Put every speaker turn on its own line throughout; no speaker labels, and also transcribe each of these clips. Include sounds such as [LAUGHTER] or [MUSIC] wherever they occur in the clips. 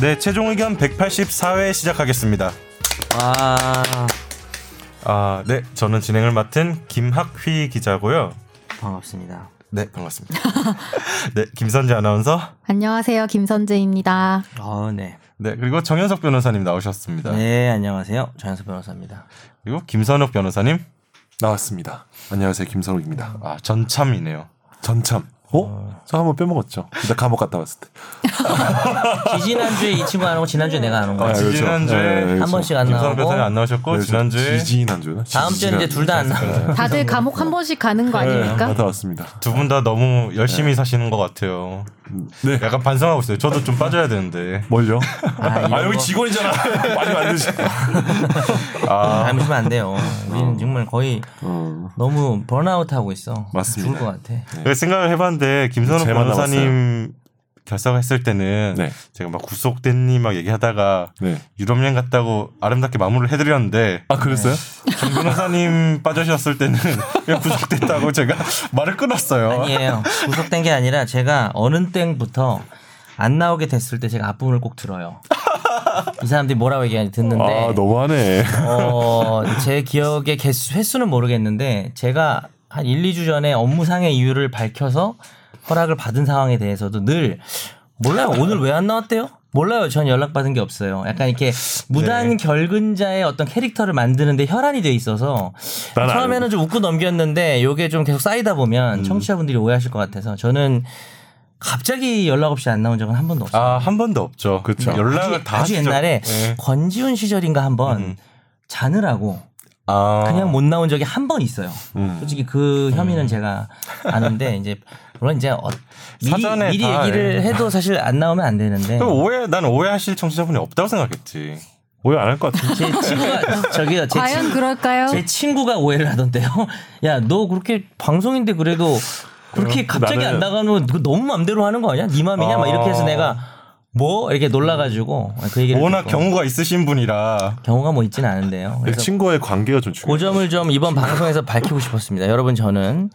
네, 최종 의견 184회 시작하겠습니다.
와.
아, 네, 저는 진행을 맡은 김학휘 기자고요.
반갑습니다.
네, 반갑습니다. [LAUGHS] 네, 김선재 아나운서.
안녕하세요, 김선재입니다.
아, 네.
네, 그리고 정현석 변호사님 나오셨습니다.
네, 안녕하세요. 전현수 변호사입니다.
그리고 김선욱 변호사님.
나왔습니다. 안녕하세요, 김선욱입니다.
아, 전참이네요.
전참. 어? 저 한번 빼먹었죠. 근데 감옥 갔다 왔을 때.
지지난주에 이 친구 안 오고 지난주에 내가 안 온
아,
거야.
그렇죠. 지난주에
네,
한 번씩 안
김선욱
나오고
변호사님 안
어,
나오셨고 네, 지난주에
지지난주나?
다음 주에 이제 둘 다 네, 안 나와.
다들 감옥 한 번씩 가는 거 아닙니까?
갔다 왔습니다.
두 분 다 너무 열심히 사시는 것 같아요.
네.
약간 반성하고 있어요. 저도 좀 빠져야 되는데.
뭘요?
[LAUGHS] 아,
아,
이런
여기
거
직원이잖아. [LAUGHS] 많이 만드시.
아, 닮으시면 안 돼요. 우리는 정말 거의
어.
너무 번아웃 하고 있어.
맞습니다.
죽을 것 같아.
네. 그래서 생각을 해봤는데 김선욱
제만
변호사님 결석했을 때는
네.
제가 막 구속됐니 막 얘기하다가
네.
유럽 여행 갔다고 아름답게 마무리를 해드렸는데
아, 그랬어요?
김 변호사님 [LAUGHS] 빠져셨을 때는 그냥 구속됐다고 제가 [LAUGHS] 말을 끊었어요.
아니에요. 구속된 게 아니라 제가 어느 땡부터 안 나오게 됐을 때 제가 앞부분을 꼭 들어요. 이 사람들이 뭐라고 얘기하는지 듣는데
아, 너무하네.
어, 제 기억의 개수, 횟수는 모르겠는데 제가 한 1, 2주 전에 업무상의 이유를 밝혀서 허락을 받은 상황에 대해서도 늘 몰라요. 오늘 왜 안 나왔대요? 몰라요. 전 연락받은 게 없어요. 약간 이렇게 무단 결근자의 어떤 캐릭터를 만드는데 혈안이 돼 있어서
난
처음에는 좀 웃고 넘겼는데 요게 좀 계속 쌓이다 보면 청취자분들이 오해하실 것 같아서 저는 갑자기 연락 없이 안 나온 적은 한 번도 없어요.
아 한 번도 없죠. 그렇죠. 연락을
아주,
다
아주
하시죠. 음.
옛날에
예.
권지훈 시절인가 한번 자느라고
아,
그냥 뭐 못 나온 적이 한 번 있어요.
음.
솔직히 그 혐의는 제가 아는데 이제 물론 이제 어, 미리,
사전에
미리
다,
얘기를
예.
해도 사실 안 나오면 안 되는데
그럼 오해 난 오해하실 청취자분이 없다고 생각했지.
오해 안 할 것 같은데.
제
[LAUGHS]
친구가 저기요 제,
과연
친,
그럴까요?
제 친구가 오해를 하던데요. 야 너 그렇게 방송인데 그래도 그렇게 갑자기 안
나는-
나가면 그거 너무 맘대로 하는 거 아니야? 네 맘이냐? 막 이렇게 해서 내가 뭐 이렇게 놀라가지고 그 얘기를
어. 워낙
듣고.
경우가 있으신 분이라
경우가 뭐 있지는 않은데요.
내
그래서
친구와의 관계가 좀 중요해.
그 점을 좀 이번 방송에서 밝히고 싶었습니다. 여러분 저는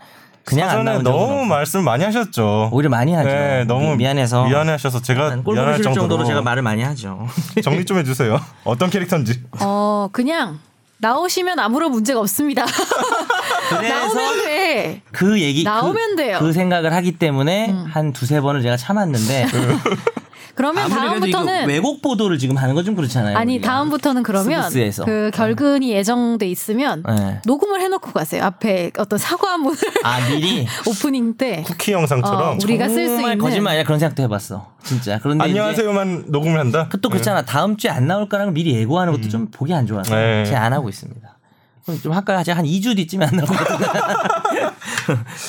그냥 안
사전에
나온 적은 없고.
너무 말씀 많이 하셨죠.
오히려 많이 하죠.
네, 너무
미- 미안해서
미안해하셔서 제가
약간 꼴 보기
미안할
싫을
정도로,
정도로 제가 말을 많이 하죠. [LAUGHS]
정리 좀 [LAUGHS] 해주세요. 어떤 캐릭터인지.
어, 그냥 나오시면 아무런 문제가
[LAUGHS]
없습니다. 나오면 돼.
그 얘기 그-
나오면 돼요. 음.
그 생각을 하기 때문에 한 두세 번을 제가 참았는데
[LAUGHS] 그러면
아무래도 이거
다음부터는
왜곡 보도를 지금 하는 건 좀 그렇잖아요.
아니
우리가.
다음부터는 그러면
스브스에서.
그 결근이 예정돼 있으면
네.
녹음을 해놓고 가세요. 앞에 어떤 사과문을
아 미리
오프닝 때
쿠키 영상처럼
어, [LAUGHS] 우리가 쓸 수
정말
있는
거짓말 아니라 그런 생각도 해봤어. 진짜 그런데 이제
안녕하세요만 녹음을 한다.
또 그렇잖아. 다음 주에 안 나올 거라는 걸 미리 예고하는 것도 좀 보기 안 좋아서
음. 네.
제가 안 하고 있습니다. 그럼 좀 할까요? 제가 한 2주 뒤쯤에 안 나올
[LAUGHS]
것 같은데.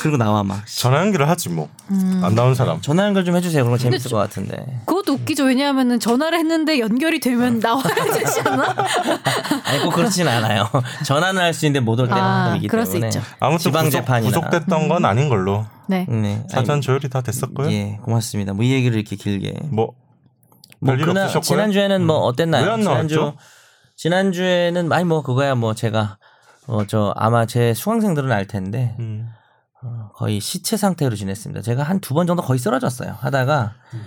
그리고 나와 막.
전화 연결을 하지 뭐.
음.
안 나온 사람.
전화 연결 좀 해주세요. 그런 거 재밌을 것 같은데.
그것도 웃기죠. 왜냐하면은 전화를 했는데 연결이
아.
되면 나와야 되지 않아?
[LAUGHS] 아니 꼭 그렇진 않아요. [LAUGHS] 전화는 할 수 있는데 못 올 때가
아,
가끔이기
그럴 수
때문에
있죠.
아무튼
지방
구속,
재판이나
구속됐던 건 아닌 걸로
네.
네.
사전 조율이 다 됐었고요.
아니, 예 고맙습니다. 뭐 이 얘기를 이렇게 길게
뭐
뭐
별일
그날
없으셨고요? 음.
지난주에는 뭐 어땠나요?
왜안 나왔죠?
지난주 지난주에는 많이 뭐 그거야 뭐 제가 어 저 아마 제 수강생들은 알 텐데
음.
어, 거의 시체 상태로 지냈습니다. 제가 한 두 번 정도 거의 쓰러졌어요. 하다가
음.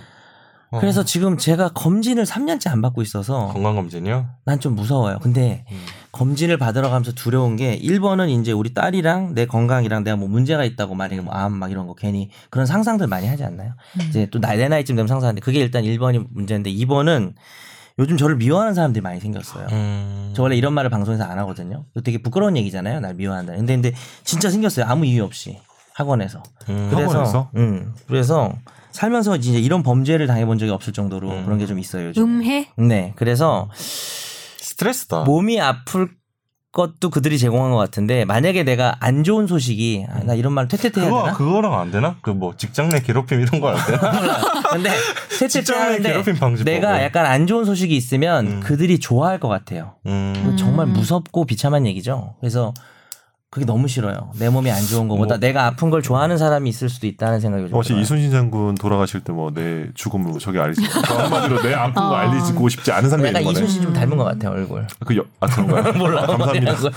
그래서 지금 제가 검진을 3년째 안 받고 있어서
건강 어. 검진이요. 음.
난 좀 무서워요. 근데 검진을 받으러 가면서 두려운 게 1번은 이제 우리 딸이랑 내 건강이랑 내가 뭐 문제가 있다고 만약에 뭐암막 이런 거 괜히 그런 상상들 많이 하지 않나요? 이제 또 나이 내 나이쯤 되면 상상하는데 그게 일단 1번이 문제인데 2번은 요즘 저를 미워하는 사람들이 많이 생겼어요.
음.
저 원래 이런 말을 방송에서 안 하거든요. 이거 되게 부끄러운 얘기잖아요. 날 미워한다. 근데 근데 진짜 생겼어요. 아무 이유 없이 학원에서.
음.
학원에서?
음. 그래서 살면서 이제 이런 범죄를 당해본 적이 없을 정도로
음.
그런 게 좀 있어요. 요즘.
음해.
네. 그래서
스트레스다.
몸이 아플 것도 그들이 제공한 것 같은데 만약에 내가 안 좋은 소식이 아, 나 이런 말 퇴퇴퇴 해야
그거
되나?
그거랑 안 되나? 그 뭐 직장 내 괴롭힘 이런 거 안
[LAUGHS]
되나?
[LAUGHS]
근데 퇴퇴퇴
직장 내
하는데
괴롭힘 방지법. 뭐.
내가 약간 안 좋은 소식이
음.
있으면 그들이 좋아할 것 같아요.
음.
정말 무섭고 비참한 얘기죠. 그래서 그게 너무 싫어요. 내 몸이 안 좋은 거보다 내가 아픈 걸 좋아하는 사람이 있을 수도 있다는 생각이 좀
혹시
들어요.
뭐. 이순신 장군 돌아가실 때 뭐 내 죽음을 저게 알리지 한마디로 내 아픈 거 알리고 싶지 않은 상대인
약간
거네.
어. 이순신 좀 닮은 것 같아요 얼굴.
그 여, 아
[LAUGHS]
그런가요?
몰라.
아, 감사합니다.
뭐냐고.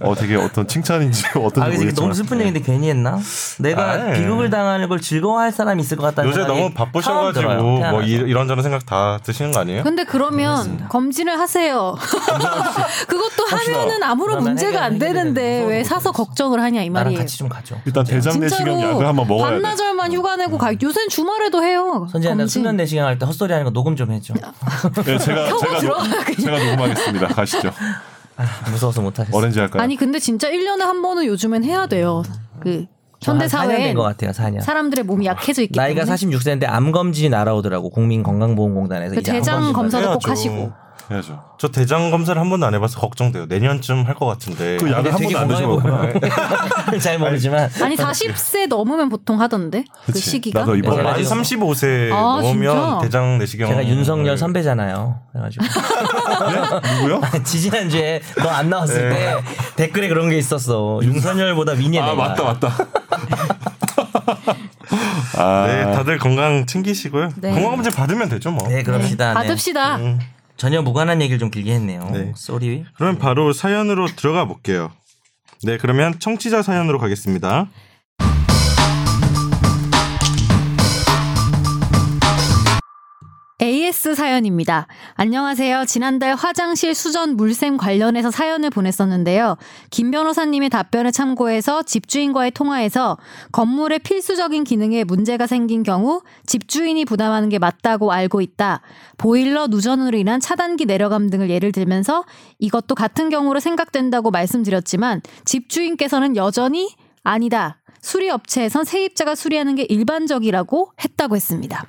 어 되게 어떤 칭찬인지 어떤지
아, 근데 이게
모르겠지만
너무 슬픈 얘기인데 괜히 했나? 내가
아이.
비극을 당하는 걸 즐거워할 음. 사람이 있을 것 같다는
요새
생각이
너무 바쁘셔가지고
처음 들어요.
뭐
태어나서.
이, 이런저런 생각 다 드시는 거 아니에요?
근데 그러면 검진을 하세요. [LAUGHS] 그것도 하면은 아무런
그러면
문제가 안
해결-
되는데
해결이
왜
되는
사서
거죠.
걱정을 하냐 이
나랑
말이에요.
같이 좀 가죠.
일단 대장 내시경 약을 한번 먹어야 돼.
반나절만 휴가 내고 가. 요새는 주말에도 해요.
선재야 나
검진. 아.
수면 내시경 할 때 헛소리 하는 거 녹음 좀 해줘.
네, 제가 제가
들어가,
녹, 제가 녹음하겠습니다.
[LAUGHS]
가시죠.
[LAUGHS] 무서워서 못 하겠어.
어렌지 할까요?
아니 근데 진짜 1년에 한 번은 요즘엔 해야 돼요. 그 현대 사회에
된것 같아요 4년.
사람들의 몸이 약해져 있기
나이가
때문에
46세인데 암 검진이 날아오더라고 국민건강보험공단에서
그
이제
대장
암 검진
검사도 꼭
해야죠.
하시고
해야죠.
저 대장 검사를 한 번도 안 해봐서 걱정돼요. 내년쯤 할 것 같은데.
그 약을 한
되게
번도 안
건강해
드셔봤구나.
보여요. [LAUGHS] 잘 모르지만
아니 40세 넘으면 보통 하던데 그
그치.
시기가
나도 이번에
만
그래가지고.
35세
아, 진짜?
넘으면 대장 내시경.
네, 제가 윤석열 선배잖아요. 그래가지고 [LAUGHS]
누구요?
지지난 주에 너 안 나왔을 때 댓글에 그런 게 있었어. 윤석열보다
네.
위니에
아
내가.
맞다 맞다. 아,
네, 다들 건강 챙기시고요.
네.
건강검진 받으면 되죠, 뭐.
네 그럽시다. 네.
받읍시다.
전혀 무관한 얘기를 좀 길게 했네요.
네.
쏘리.
그럼 바로 사연으로 들어가 볼게요. 네, 그러면 청취자 사연으로 가겠습니다.
AS 사연입니다. 안녕하세요. 지난달 화장실 수전 물샘 관련해서 사연을 보냈었는데요. 김 변호사님의 답변을 참고해서 집주인과의 통화에서 건물의 필수적인 기능에 문제가 생긴 경우 집주인이 부담하는 게 맞다고 알고 있다. 보일러 누전으로 인한 차단기 내려감 등을 예를 들면서 이것도 같은 경우로 생각된다고 말씀드렸지만 집주인께서는 여전히 아니다. 수리업체에선 세입자가 수리하는 게 일반적이라고 했다고 했습니다.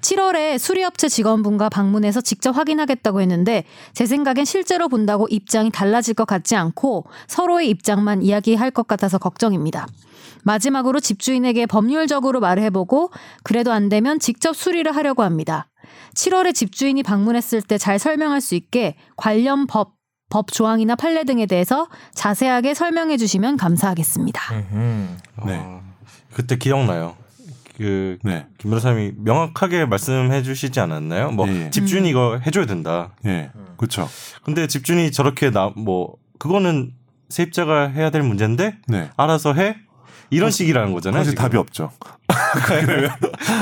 7월에 수리업체 직원분과 방문해서 직접 확인하겠다고 했는데 제 생각엔 실제로 본다고 입장이 달라질 것 같지 않고 서로의 입장만 이야기할 것 같아서 걱정입니다. 마지막으로 집주인에게 법률적으로 말해보고 그래도 안 되면 직접 수리를 하려고 합니다. 7월에 집주인이 방문했을 때 잘 설명할 수 있게 관련 법, 법 조항이나 판례 등에 대해서 자세하게 설명해 주시면 감사하겠습니다.
음.
네.
어, 그때 기억나요. 그
네.
김 변호사님이 명확하게 말씀해 주시지 않았나요? 뭐
예, 예.
집주인이 이거 해줘야 된다.
예,
음.
그렇죠.
근데 집주인이 저렇게 나 뭐 그거는 세입자가 해야 될 문제인데
네,
알아서 해
어,
이런 식이라는 거잖아요.
사실
지금.
답이 없죠.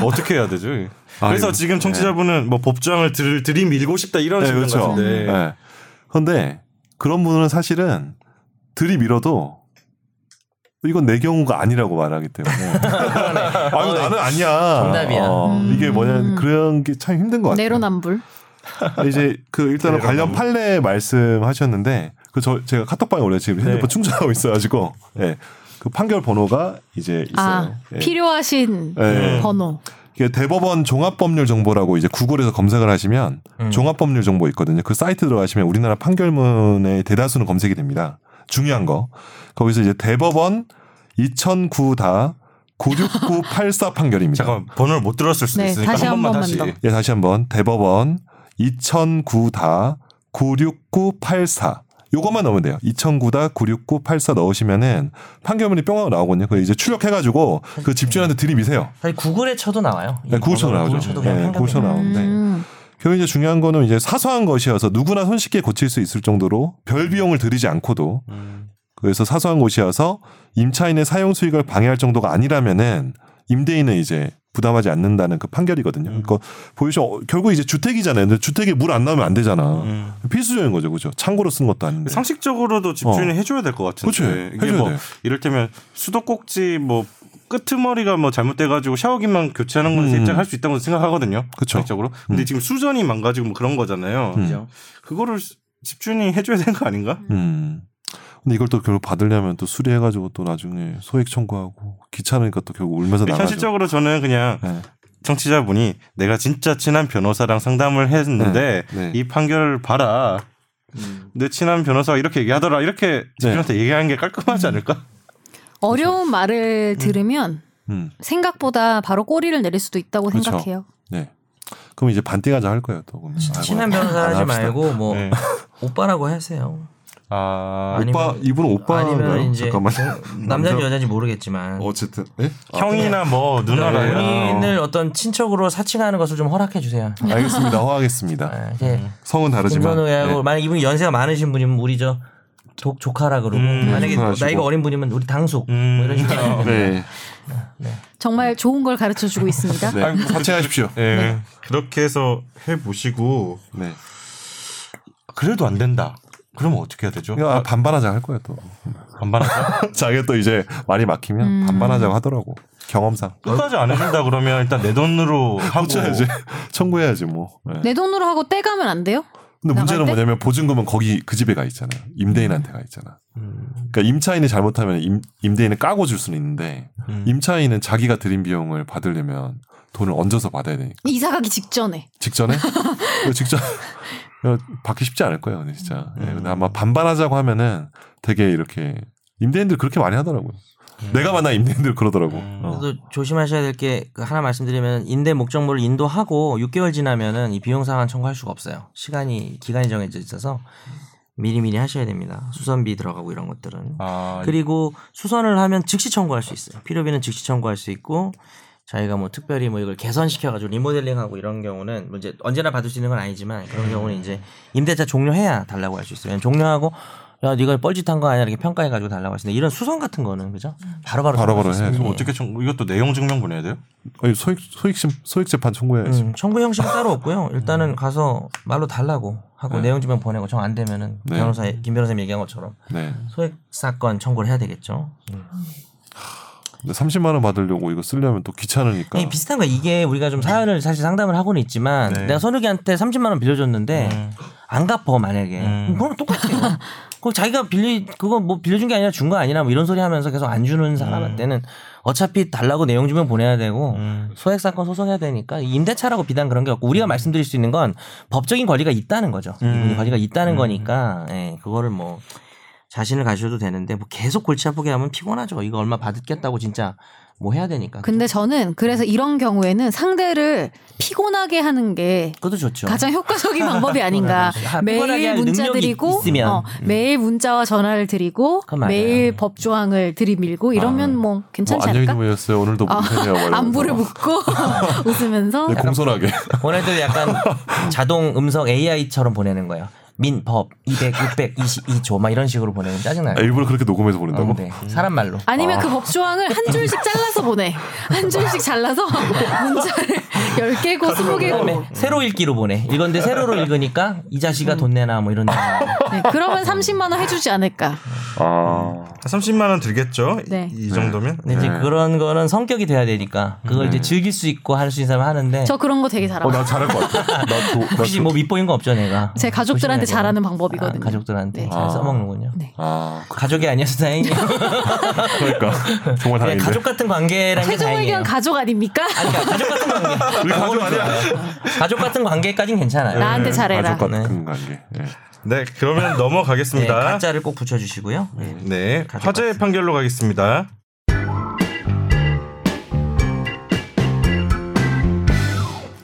어떻게 해야 되죠?
아, 이거.
그래서 지금 청취자분은 뭐 법조항을 들, 들이밀고 싶다 이런
네,
식인 것
그렇죠.
같은데
네. 그런데 그런 분은 사실은 들이밀어도 이건 내 경우가 아니라고 말하기 때문에
[LAUGHS] 네.
아유 나는 아니야.
정답이야.
어,
음.
이게 뭐냐 그런 게 참 힘든 것 같아요.
내로남불.
이제 그 일단은
네.
관련 판례 말씀하셨는데 그 저 제가 카톡방에 원래 지금 핸드폰
네.
충전하고 있어가지고 예. 그 판결 번호가 이제 있어요.
아,
예.
필요하신
네.
예.
번호.
이게 대법원 종합법률 정보라고 이제 구글에서 검색을 하시면
음.
종합법률 정보 있거든요. 그 사이트 들어가시면 우리나라 판결문의 대다수는 검색이 됩니다. 중요한 거. 거기서 이제 대법원 2009다 96984 판결입니다.
잠깐 번호를 못 들었을 수도
네,
있으니까
다시
한
한
번만
번만
다시.
더.
예, 다시 한번 대법원 2009다 96984 요것만 넣으면 돼요. 2009다 96984 넣으시면은 판결문이 뿅하고 나오거든요. 그 이제 출력해가지고 그 집주인한테 들이미세요.
사실 구글에 쳐도 나와요.
네, 구글 쳐도 나오죠.
구글 쳐도 그냥
네,
생각해
구글 쳐도
보면.
나오는데.
음.
결국 이제 중요한 거는 이제 사소한 것이어서 누구나 손쉽게 고칠 수 있을 정도로 별 비용을 들이지 않고도
음.
그래서 사소한 곳이어서 임차인의 사용 수익을 방해할 정도가 아니라면은 임대인은 이제 부담하지 않는다는 그 판결이거든요. 그러니까 보이시 어, 결국 이제 주택이잖아요. 근데 주택에 물 안 나오면 안 되잖아.
음.
필수적인 거죠, 그죠? 창고로 쓴 것도 아닌데.
상식적으로도 집주인이 해줘야 될 것 같은데
어. 그치,
이게
해줘야
뭐
돼요.
이를테면 수도꼭지 뭐 끄트머리가 뭐 잘못돼가지고 샤워기만 교체하는 건
음.
세입자가 할 수 있다고 생각하거든요.
그쵸. 음.
상식적으로. 근데 지금 수전이 망가지고 뭐 그런 거잖아요.
그죠?
그거를 수- 집주인이 해줘야 되는 거 아닌가?
음. 근데 이걸 또 결국 받으려면 또 수리해가지고 또 나중에 소액 청구하고 귀찮으니까 또 결국 울면서 나가죠.
현실적으로 저는 그냥
네.
청취자분이 내가 진짜 친한 변호사랑 상담을 했는데
네, 네.
이 판결을 봐라.
음.
내 친한 변호사가 이렇게 얘기하더라.
네.
이렇게 집주인한테 얘기하는 게 깔끔하지 않을까?
그렇죠.
어려운 말을 들으면
음.
생각보다 바로 꼬리를 내릴 수도 있다고
그렇죠.
그쵸.
생각해요.
네. 그럼 이제 반띵하자 할 거예요, 또. 그러면. 아이고,
친한 변호사
안
[LAUGHS] 하지
합시다.
말고 뭐
네.
오빠라고 하세요.
아,
아니면-
오빠 이분은 오빠인가요?
아니면 이제 뭐
잠깐만.
남자인지
남자-
여자인지 모르겠지만
음, 어쨌든 예? 아,
형이나 뭐 누나라
네.
본인을 어떤 친척으로 사칭하는 것을 좀 허락해 주세요. [LAUGHS]
알겠습니다. 허하겠습니다.
아, 이게
성은 다르지만
김선우 의하고
예.
만약 이분이 연세가 많으신 분이면 우리 저 조, 조카라 그러고
음,
만약에
조카시고.
나이가 어린 분이면 우리 당숙 뭐 이런 식으로
어,
음.
네.
정말 좋은 걸 가르쳐
[LAUGHS]
주고 있습니다.
네.
아이고.
사칭하십시오.
예.
네. 그렇게 해서 해 보시고
네.
그래도 안 된다. 그러면 어떻게 해야 되죠?
이거 아, 반반하자 할 거예요 또.
반반하자.
[LAUGHS] 자기가 또 이제 말이 막히면
음.
반반하자고 하더라고. 경험상.
끝까지 안 해준다 그러면 일단 내
[LAUGHS]
돈으로 하고
해야지. 청구해야지 뭐. 예.
내 돈으로 하고 떼가면 안 돼요?
근데
네.
문제는
나갈 때?
뭐냐면 보증금은 거기 그 집에 가 있잖아요. 임대인한테 가 있잖아.
음,
그러니까 임차인이 잘못하면 임, 임대인은 까고 줄 수는 있는데
음.
임차인은 자기가 들인 비용을 받으려면 돈을 얹어서 받아야 되니까
이사 가기 직전에.
직전에 이거 직전 이거 받기 쉽지 않을 거예요, 근데 진짜. 예, 근데 아마 반반하자고 하면은 되게 이렇게 임대인들 그렇게 많이 하더라고요. 내가 만난 임대인들 그러더라고. 어.
음. 그래도 조심하셔야 될 게그 하나 말씀드리면 인대 목적물을 인도하고 6개월 지나면은 이 비용 상환 청구할 수가 없어요. 시간이 기간이 정해져 있어서 미리 미리 하셔야 됩니다. 수선비 들어가고 이런 것들은
아,
그리고 수선을 하면 즉시 청구할 수 있어요. 필요비는 즉시 청구할 수 있고 자기가 뭐 특별히 뭐 이걸 개선시켜가지고 리모델링하고 이런 경우는 뭐 이제 언제나 받을 수 있는 건 아니지만 그런 경우는 이제 임대차 종료해야 달라고 할 수 있어요. 왜냐면 종료하고 야 네가 뻘짓한 거 아니야 이렇게 평가해가지고 달라고 할수 있는데 이런 수선 같은 거는 그죠? 바로바로
바로바로
청구할 수
해야죠.
이거
있어요.
어떻게 청 이것도 내용 증명 보내야 돼요?
아니, 소익 소익 소익 재판 청구해야지.
음, 청구 형식은 따로 없고요. 일단은 가서 말로 달라고 하고 내용 증명 보내고 정 안 되면은
네.
변호사 김 변호사님 얘기한 것처럼
네.
소액 사건 청구를 해야 되겠죠.
근데 30만 원 받으려고 이거 쓰려면 또 귀찮으니까. 뭐,
아니, 비슷한 거 이게 우리가 좀 사연을 사실 상담을 하고는 있지만
네.
내가 선욱이한테 30만 원 빌려줬는데 안 갚어 만약에
음.
그럼 똑같아요. 그 자기가 빌리 그거 뭐 빌려준 게 아니라 준 거 아니라 뭐 이런 소리 하면서 계속 안 주는 사람한테는 어차피 달라고 내용 주면 보내야 되고 소액 사건 소송해야 되니까 임대차라고 비단 그런 게 없고 우리가 말씀드릴 수 있는 건 법적인 권리가 있다는 거죠. 이분이 권리가 있다는 거니까 예, 그거를 뭐 자신을 가셔도 되는데 뭐 계속 골치 아프게 하면 피곤하죠. 이거 얼마 받겠다고 진짜 뭐 해야 되니까.
근데 저는 그래서 이런 경우에는 상대를 피곤하게 하는 게
그것도 좋죠.
[LAUGHS]
가장 효과적인
[LAUGHS]
방법이 아닌가.
아, 그렇죠. 피곤하게
매일
할
문자
능력이
드리고,
있으면. 음.
어, 매일 문자와 전화를 드리고,
그건 맞아요. 아.
매일 법 조항을 들이밀고 이러면 뭐
뭐
괜찮지
안녕히
않을까? 아,
주무셨어요. 오늘도 못하네요.
[LAUGHS]
뭐 네,
안부를
[LAUGHS]
묻고
네.
웃으면서
공손하게.
보내들 약간 자동 음성 AI처럼 보내는 거예요. 민법 200, 622조 막 이런 식으로 보내면 짜증나요.
[LAUGHS] 아, 일부러 그렇게 녹음해서
어,
보낸다고?
네. 사람 말로.
아니면 그 법조항을 한 줄씩 잘라서 보내. 한 줄씩 잘라서 문자를 10개고 20개고.
그다음에 세로 읽기로 보내. 읽었는데 세로로 읽으니까 이 자식아 돈 내나 뭐
음.
이런.
네, 그러면 30만 원 해주지 않을까.
아.
30만 원 들겠죠? 이-
네.
이 정도면?
근데 이제 그런 거는 성격이 돼야 되니까 그걸
네.
이제 즐길 수 있고 할 수 있는 사람 하는데
저 그런 거 되게
어,
잘하고.
나 잘할 것 같아. 나 조, 나
혹시
조.
뭐 밉보인 거 없죠, 내가?
제 가족들한테
조심해야
잘하는
돼요.
방법이거든요.
아, 가족들한테
네.
잘 써먹는군요.
네.
아,
가족이 아니어서 다행이에요.
그러니까.
그냥
정말 다행인데.
네, 가족 같은 관계라는 게
최종
다행이에요.
의견 가족 아닙니까?
아니, 그러니까 가족 같은 관계.
우리 가족 아니야?
가족 같은 관계까진 괜찮아요.
[LAUGHS] 나한테 잘해라.
가족 같은
네.
관계. 예.
네,
[LAUGHS]
그러면
네,
넘어가겠습니다.
가짜를 꼭 붙여주시고요. 네.
네,
가족
화제의
같은.
판결로 가겠습니다.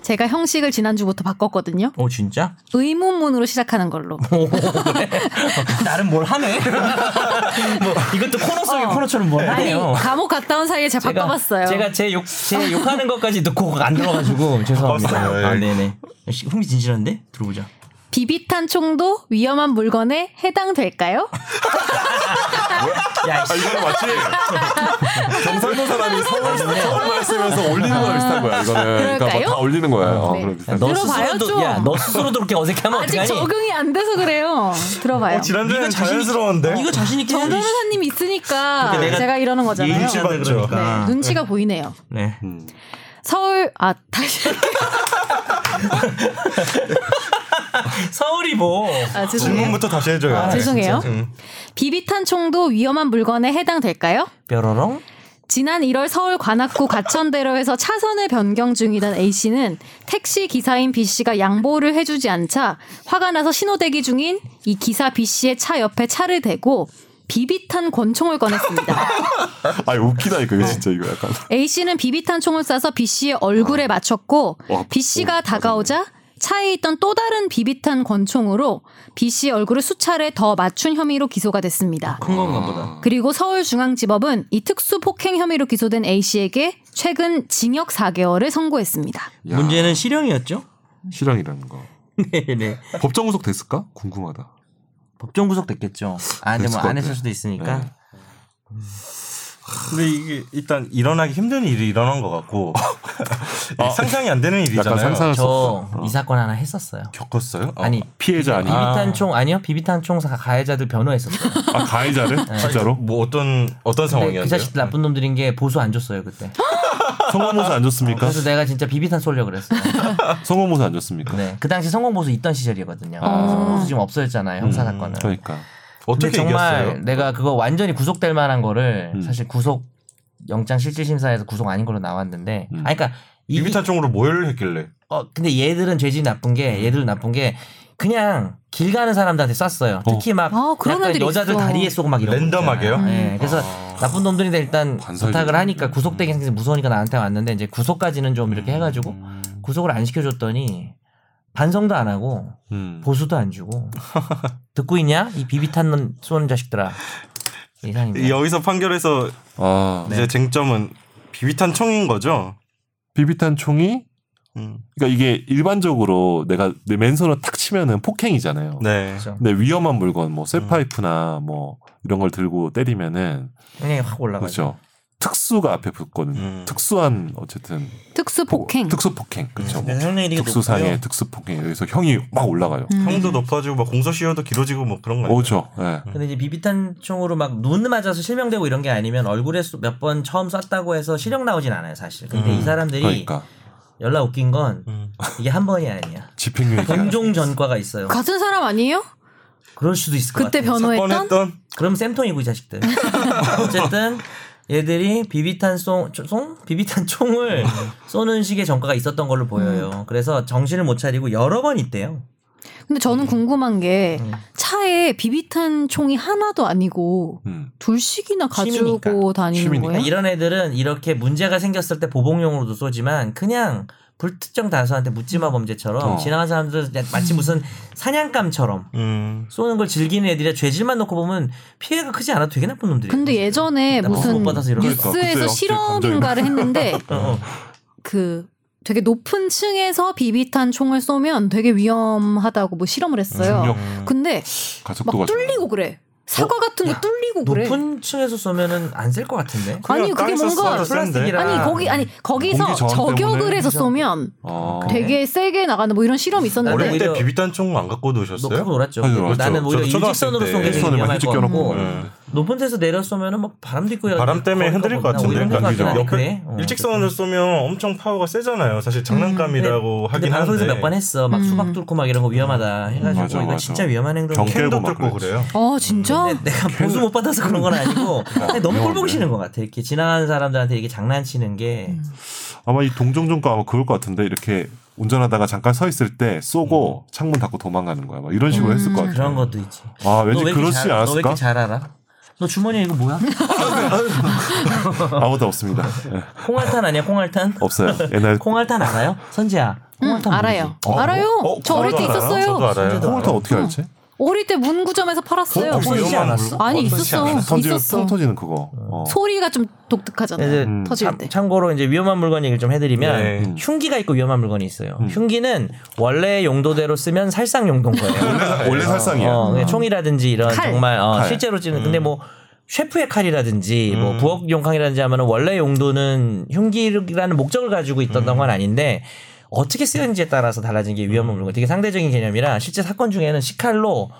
제가 형식을 지난주부터 바꿨거든요.
오 어, 진짜?
의문문으로 시작하는 걸로.
[LAUGHS] 나름 뭘 하네. [LAUGHS] 뭐 이것도 코너 속의
어.
코너처럼 뭘
아니
하네요.
감옥 갔다 온 사이에 제가 바꿔봤어요.
[LAUGHS] 제가 제 욕 제 욕하는 것까지 넣고
[LAUGHS]
안 들어가지고 죄송합니다.
바꿨어요, 예.
아, 네네. 역시 흥미진진한데 들어보자.
비비탄 총도 위험한 물건에 해당될까요?
야,
아, 이거는 마치 경상도 사람이
아,
서울, 어, 서울말 쓰면서 올리는 거랑 비슷한 거야, 이거는. 그러니까
그럴까요?
막다 올리는 거야. 어,
네.
그런
야,
비슷한
너
들어봐요,
스스로도
좀.
야너 스스로도 그렇게 어색하면
아직
어떡하니?
적응이 안 돼서 그래요. 들어봐요.
지난주에는
자신 있-
자연스러운데.
이거 자신 있게
정
해야지.
변호사님이 있으니까
그러니까 예. 내가
제가 이러는 거잖아요.
눈치
네,
봤죠. 음.
그러니까.
눈치가 보이네요.
네.
서울 아 다시
서울이 아, 뭐?
아 죄송해요.
질문부터 다시 해줘요. 네.
죄송해요.
음.
비비탄 총도 위험한 물건에 해당될까요?
뾰로롱.
지난 1월 서울 관악구 과천대로에서 차선을 변경 중이던 A 씨는 택시 기사인 B 씨가 양보를 해주지 않자 화가 나서 신호대기 중인 이 기사 B 씨의 차 옆에 차를 대고 비비탄 권총을 꺼냈습니다.
아, 웃기다니까, 이거 진짜 이거 약간.
A 씨는 비비탄 총을 쏴서 B 씨의 얼굴에 맞췄고
와,
B 씨가
어,
다가오자 차에 있던 또 다른 비비탄 권총으로 B 씨 얼굴을 수차례 더 맞춘 혐의로 기소가 됐습니다.
큰
아,
건가 보다.
그리고 서울중앙지법은 이 특수 폭행 혐의로 기소된 A 씨에게 최근 징역 4개월을 선고했습니다.
야,
문제는 실형이었죠? [LAUGHS]
실형이라는 거.
네, 네.
법정 구속 됐을까? 궁금하다.
법정 구속됐겠죠. 아, 근데
됐을
뭐
것
안
같아.
했을 수도 있으니까.
네.
근데 이게 일단 일어나기 힘든 일이 일어난 것 같고
어.
이게 상상이 안 되는 일이잖아요.
약간 상상할 수
저
없어.
이 사건 하나 했었어요.
겪었어요? 어.
아니
피해자 아니. 아,
비비탄 총 아니요 비비탄 총 사- 가해자들 변호했었어요.
아 가해자를
네.
진짜로?
뭐 어떤 어떤
근데 그
상황이었어요?
자식들 나쁜 놈들인 게 보수 안 줬어요 그때.
성공모사 안 줬습니까?
그래서 내가 진짜 비비탄 쏠려 아, 그랬어요.
성공모사 안 줬습니까?
네, 그 당시 성공 보수 있던 시절이거든요.
아.
성공 보수 지금 없어졌잖아요 형사 사건은. 근데
그러니까.
음. 어떻게
정말 네,
이겼어요?
내가 그거 완전히 구속될 만한 거를
음.
사실 구속 영장 실질 심사에서 구속 아닌 걸로 나왔는데,
음.
아 그러니까 이
비비탄 총으로 뭘 했길래?
어 근데 얘들은 죄질이 나쁜 게 얘들은 나쁜 게 그냥 길 가는 사람들한테 쐈어요. 특히 막
아, 그런
약간
애들이
여자들
있어. 음.
다리에 쏘고 막 이런 거
랜덤하게요?
있잖아요. 예, 그래서 나쁜 놈들인데 일단
관살도
부탁을
좀.
하니까 구속되긴 굉장히 무서우니까 나한테 왔는데 이제 구속까지는 좀 이렇게 해가지고
음.
구속을 안 시켜줬더니 반성도 안 하고
음.
보수도 안 주고 듣고 있냐 이 비비탄 쏘는 자식들아 이상입니다.
네. 여기서 판결에서
아
네.
이제 쟁점은 비비탄 총인 거죠.
비비탄 총이
음.
그러니까 이게 일반적으로 내가 내 맨손으로 탁 치면은 폭행이잖아요.
네.
그렇죠.
근데 위험한 물건 뭐 쇠파이프나
음.
뭐 이런 걸 들고 때리면은
굉장히 확 올라가죠.
그렇죠. 특수가 앞에 붙거든요.
음.
특수한 어쨌든
특수 폭행.
특수 폭행 그렇죠.
네, 형량이 되게
특수상해,
높고요.
특수 폭행 여기서 형이 막 올라가요.
음.
형도 높아지고 막 공소시효도 길어지고 뭐
음.
그런 거예요.
오죠. 예.
근데 이제 비비탄 총으로 막 눈 맞아서 실명되고 이런 게 아니면 얼굴에 몇 번 처음 쐈다고 해서 실형 나오진 않아요 사실. 근데 이 사람들이
그러니까
연락 웃긴 건
음.
이게 한 번이 아니야.
집행유예 기간.
동종 전과가 있어요.
같은 사람 아니에요?
그럴 수도 있을 것
그때
같아요.
변호했던?
뻔했던
그럼 쌤통이고 이 자식들. 어쨌든 얘들이 비비탄 송, 초- 송? 비비탄 총을
음.
쏘는 식의 전과가 있었던 걸로 보여요.
음.
그래서 정신을 못 차리고 여러 번 있대요.
근데 저는 궁금한 게 차에 비비탄 총이 하나도 아니고
음.
둘씩이나 가지고
취미니까.
다니는
취미니까.
거예요?
그러니까 이런 애들은 이렇게 문제가 생겼을 때 보복용으로도 쏘지만 그냥 불특정 다수한테 묻지마 범죄처럼
어.
지나간 사람들 마치 무슨 사냥감처럼
음.
쏘는 걸 즐기는 애들이 죄질만 놓고 보면 피해가 크지 않아도 되게 나쁜 놈들이에요.
근데 예전에
네, 나 보복
무슨
받아서 이러는
거. 그때
뉴스에서
갑자기
실험인가를
[LAUGHS]
했는데
어, 어.
그 되게 높은 층에서 비비탄 총을 쏘면 되게 위험하다고 뭐 실험을 했어요.
중력
그-
근데
가속도가 어?
막
좋아요.
뚫리고 그래. 사과 같은 거 뚫리고 그래.
높은 층에서 쏘면은 안 쓸 것 같은데.
아니 그게
그냥 땅에서
뭔가
쏴도 센데.
플라스틱이라.
아니 거기 아니 거기서
공기 저항
저격을
때문에
해서 쏘면
어.
되게 세게 나가는 뭐 이런 실험이 있었는데
어릴 때
네, 오히려-
비비탄 총 안 갖고
너 그거
노셨어요?
놀았죠.
아니, 놀았죠.
나는 오히려
저도
일직선으로
초등학생
쏜게
때
되게
손을 막
위험할
휘직
것
껴놓고
같고 네.
음.
높은 데서 내려 쏘면은 막 바람도 있고
예.
아,
바람 때문에 흔들릴 것 같은데
약간
죠
그죠?
옆에
옆에
그래? 어,
일직선으로 쏘면 엄청 파워가 세잖아요. 사실 장난감이라고
음, 네. 근데
하긴
방송에서
하는데 음.
몇 번 했어. 막
음.
수박 뚫고 막 이런 거 위험하다 해가지고
맞아,
이거
맞아.
진짜 위험한 행동.
경계- 깨고
캠도
막
뚫고
그랬지.
그래요.
어
음,
진짜
근데 내가 보수 못 받아서 그런 건
음.
아니고 근데
어,
너무 꼴 보기 싫은 것 같아. 이렇게 지나가는 사람들한테 이렇게 장난치는 게
음. 아마 이 동종전과 아마 그럴 것 같은데 이렇게 운전하다가 잠깐 서 있을 때
음.
쏘고 창문 닫고 도망가는 거야. 막 이런 식으로
음.
했을 것 같아.
그런 것도 있지. 너
아
왜
왠지
이렇게
그렇지
잘- 너왜
않았을까?
이렇게 잘 알아? 너 주머니에 이거 뭐야?
아무도 없습니다. 예,
콩알탄 아니야? 콩알탄? [LAUGHS]
없어요. 옛날
콩알탄 알아요? 선재야.
음,
콩알탄
알아요.
어,
알아요.
어,
저 어릴 때
저도 알아요. 저도
있었어요.
알아요.
콩을 타 어떻게 알지?
어릴 때 문구점에서 팔았어요.
어,
모르지
위험한
않았어?
물건.
아니
어떤 시-
있었어.
터지면
있었어.
통 터지는 그거. 어.
소리가 좀 독특하잖아요.
이제
음.
터질 때.
네, 참, 고로 이제 위험한 물건 얘기를 좀 해드리면
네.
음.
흉기가 있고 위험한 물건이 있어요. 흉기는 원래 용도대로 쓰면 살상 용도인 거예요.
[LAUGHS] 아, 원래, 원래 살상이야.
어, 그냥 총이라든지 이런
칼.
정말 어,
칼.
실제로 찌는 근데 뭐 셰프의 칼이라든지 뭐 부엌용 칼이라든지 하면 원래 용도는 흉기라는 목적을 가지고 있던 건 아닌데 어떻게 쓰는지에 따라서 달라진 게 위험한 물건 되게 상대적인 개념이라 실제 사건 중에는 시칼로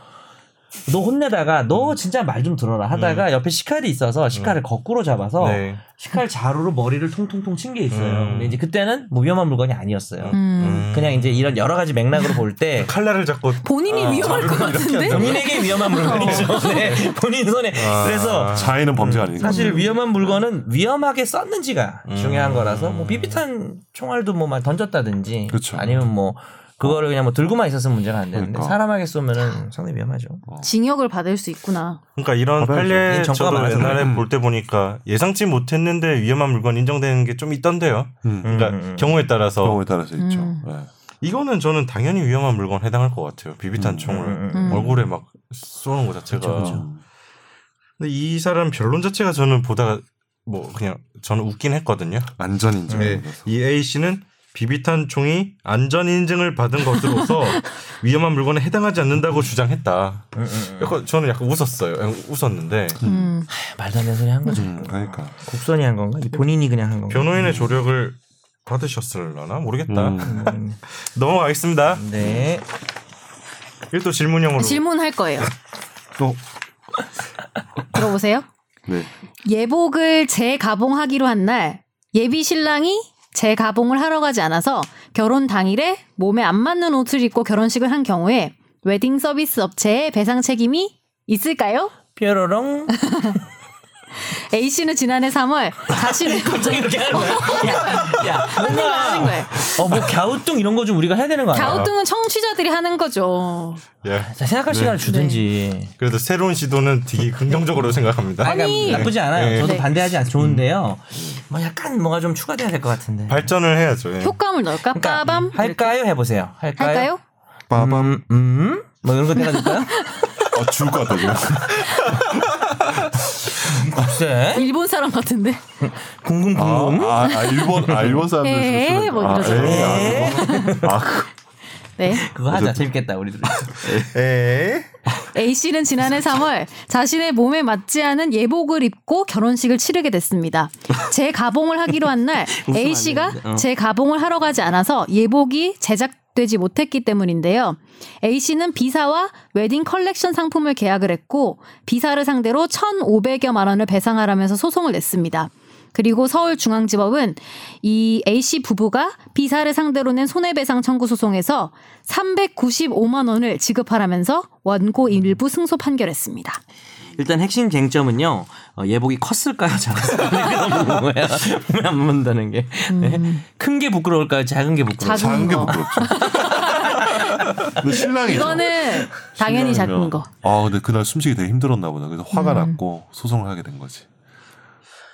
너 혼내다가 너 진짜 말 좀 들어라 하다가 옆에 시칼이 있어서 시칼을 거꾸로 잡아서
네.
시칼 자루로 머리를 통통통 친 게 있어요.
음.
근데 이제 그때는 뭐 위험한 물건이 아니었어요.
음.
그냥 이제 이런 여러 가지
[LAUGHS]
맥락으로 볼때
칼날을 잡고
본인이 위험할 것 같은데. 어.
본인에게 위험한 물건이죠. 네, 본인 손에.
아.
그래서
자해는 범죄가 아니니까.
음.
사실 위험한 물건은 위험하게 썼는지가
음.
중요한 거라서 뭐 비비탄 총알도 뭐 막 던졌다든지
그쵸.
아니면 뭐 그거를 그냥 뭐 들고만 있었으면 문제가 안 되는데
그러니까.
사람에게 쏘면은 상당히 위험하죠.
징역을 받을 수 있구나.
그러니까 이런
받아야죠.
판례
이 정가가
저도
많아서
옛날에
그래.
볼 때 보니까 예상치 못했는데 위험한 물건 인정되는 게 좀 있던데요.
음.
그러니까 경우에 따라서
경우에 따라서 있죠. 예.
이거는 저는 당연히 위험한 물건 해당할 것 같아요. 비비탄 총을
음.
얼굴에 막 쏘는 거
그렇죠,
자체가.
그쵸.
근데 이 사람 변론 자체가 저는 보다가 뭐 그냥 저는 웃긴 했거든요.
완전 인정.
네. 이 A 씨는 비비탄 총이 안전 인증을 받은
[LAUGHS]
것으로서 위험한 물건에 해당하지 않는다고 주장했다.
음,
약간 저는 약간 웃었어요. 약간 웃었는데
음.
말도 안 되는 소리 한 거죠.
음, 그러니까.
국선이 한 건가? 이 본인이 그냥 한 건가?
음.
변호인의 조력을 받으셨을라나 모르겠다.
음.
음,
넘어가겠습니다.
네.
이게 또 질문형으로
음. 질문할 거예요.
또
들어보세요.
네.
예복을 재가봉하기로 한 날 예비 신랑이 재가봉을 하러 가지 않아서 결혼 당일에 몸에 안 맞는 옷을 입고 결혼식을 한 경우에 웨딩 서비스 업체의 배상 책임이 있을까요?
뾰로롱.
A 씨는 지난해 3월 [LAUGHS] 자신을
갑자기 이렇게 하는 거야? 야, 야,
하는
뭔가.
거예요.
어, 뭐 갸우뚱 이런 거 좀 우리가 해야 되는 거 아니야?
갸우뚱은 청취자들이 하는 거죠.
예.
자, 생각할 시간을
네.
네.
주든지.
그래도 새로운 시도는 되게 긍정적으로 생각합니다.
아, 그러니까
아니.
나쁘지 않아요.
네.
저도
네.
반대하지 않 좋은데요. 뭐 약간 뭐가 좀 추가돼야 될 것 같은데. 그러니까
발전을 해야죠. 예.
효과음을 넣을까? 빠밤
할까요? 해보세요. 할까요?
네. 그러니까 할까요?
빠밤.
음, 음? 뭐 이런 거 [LAUGHS] 내가줄까요?
아, 죽을 것 같다 지금.
글쎄. 어,
일본 사람 같은데.
궁금궁금.
아, 아, 일본 아 일본 사람들
에이,
조심해야
뭐
돼.
이러죠.
에이, 아,
에?
네.
그거 하자. 재밌겠다, 우리 둘.
에
A 씨는 지난해 3월 자신의 몸에 맞지 않은 예복을 입고 결혼식을 치르게 됐습니다. 제 가봉을 하기로 한 날 A 씨가
되는데, 어.
제 가봉을 하러 가지 않아서 예복이 제작되지 못했기 때문인데요. A 씨는 비사와 웨딩 컬렉션 상품을 계약을 했고 비사를 상대로 1,500여만 원을 배상하라면서 소송을 냈습니다. 그리고 서울중앙지법은 이 A씨 부부가 비사를 상대로 낸 손해배상 청구 소송에서 395만 원을 지급하라면서 원고 일부 승소 판결했습니다.
[LAUGHS] 일단 핵심 쟁점은요. 어, 예복이 컸을까요? 작았을까요? [LAUGHS] 뭐야. 왜안 묻는다는 게. 큰 게 부끄러울까요? 작은 게 부끄러울까요?
작은
작은 게
거.
부끄럽죠. 근데 신랑이
이거는 당연히 작은 거. 음.
아 근데 그날 숨쉬기 되게 힘들었나 보다. 그래서 화가 났고 소송을 하게 된 거지.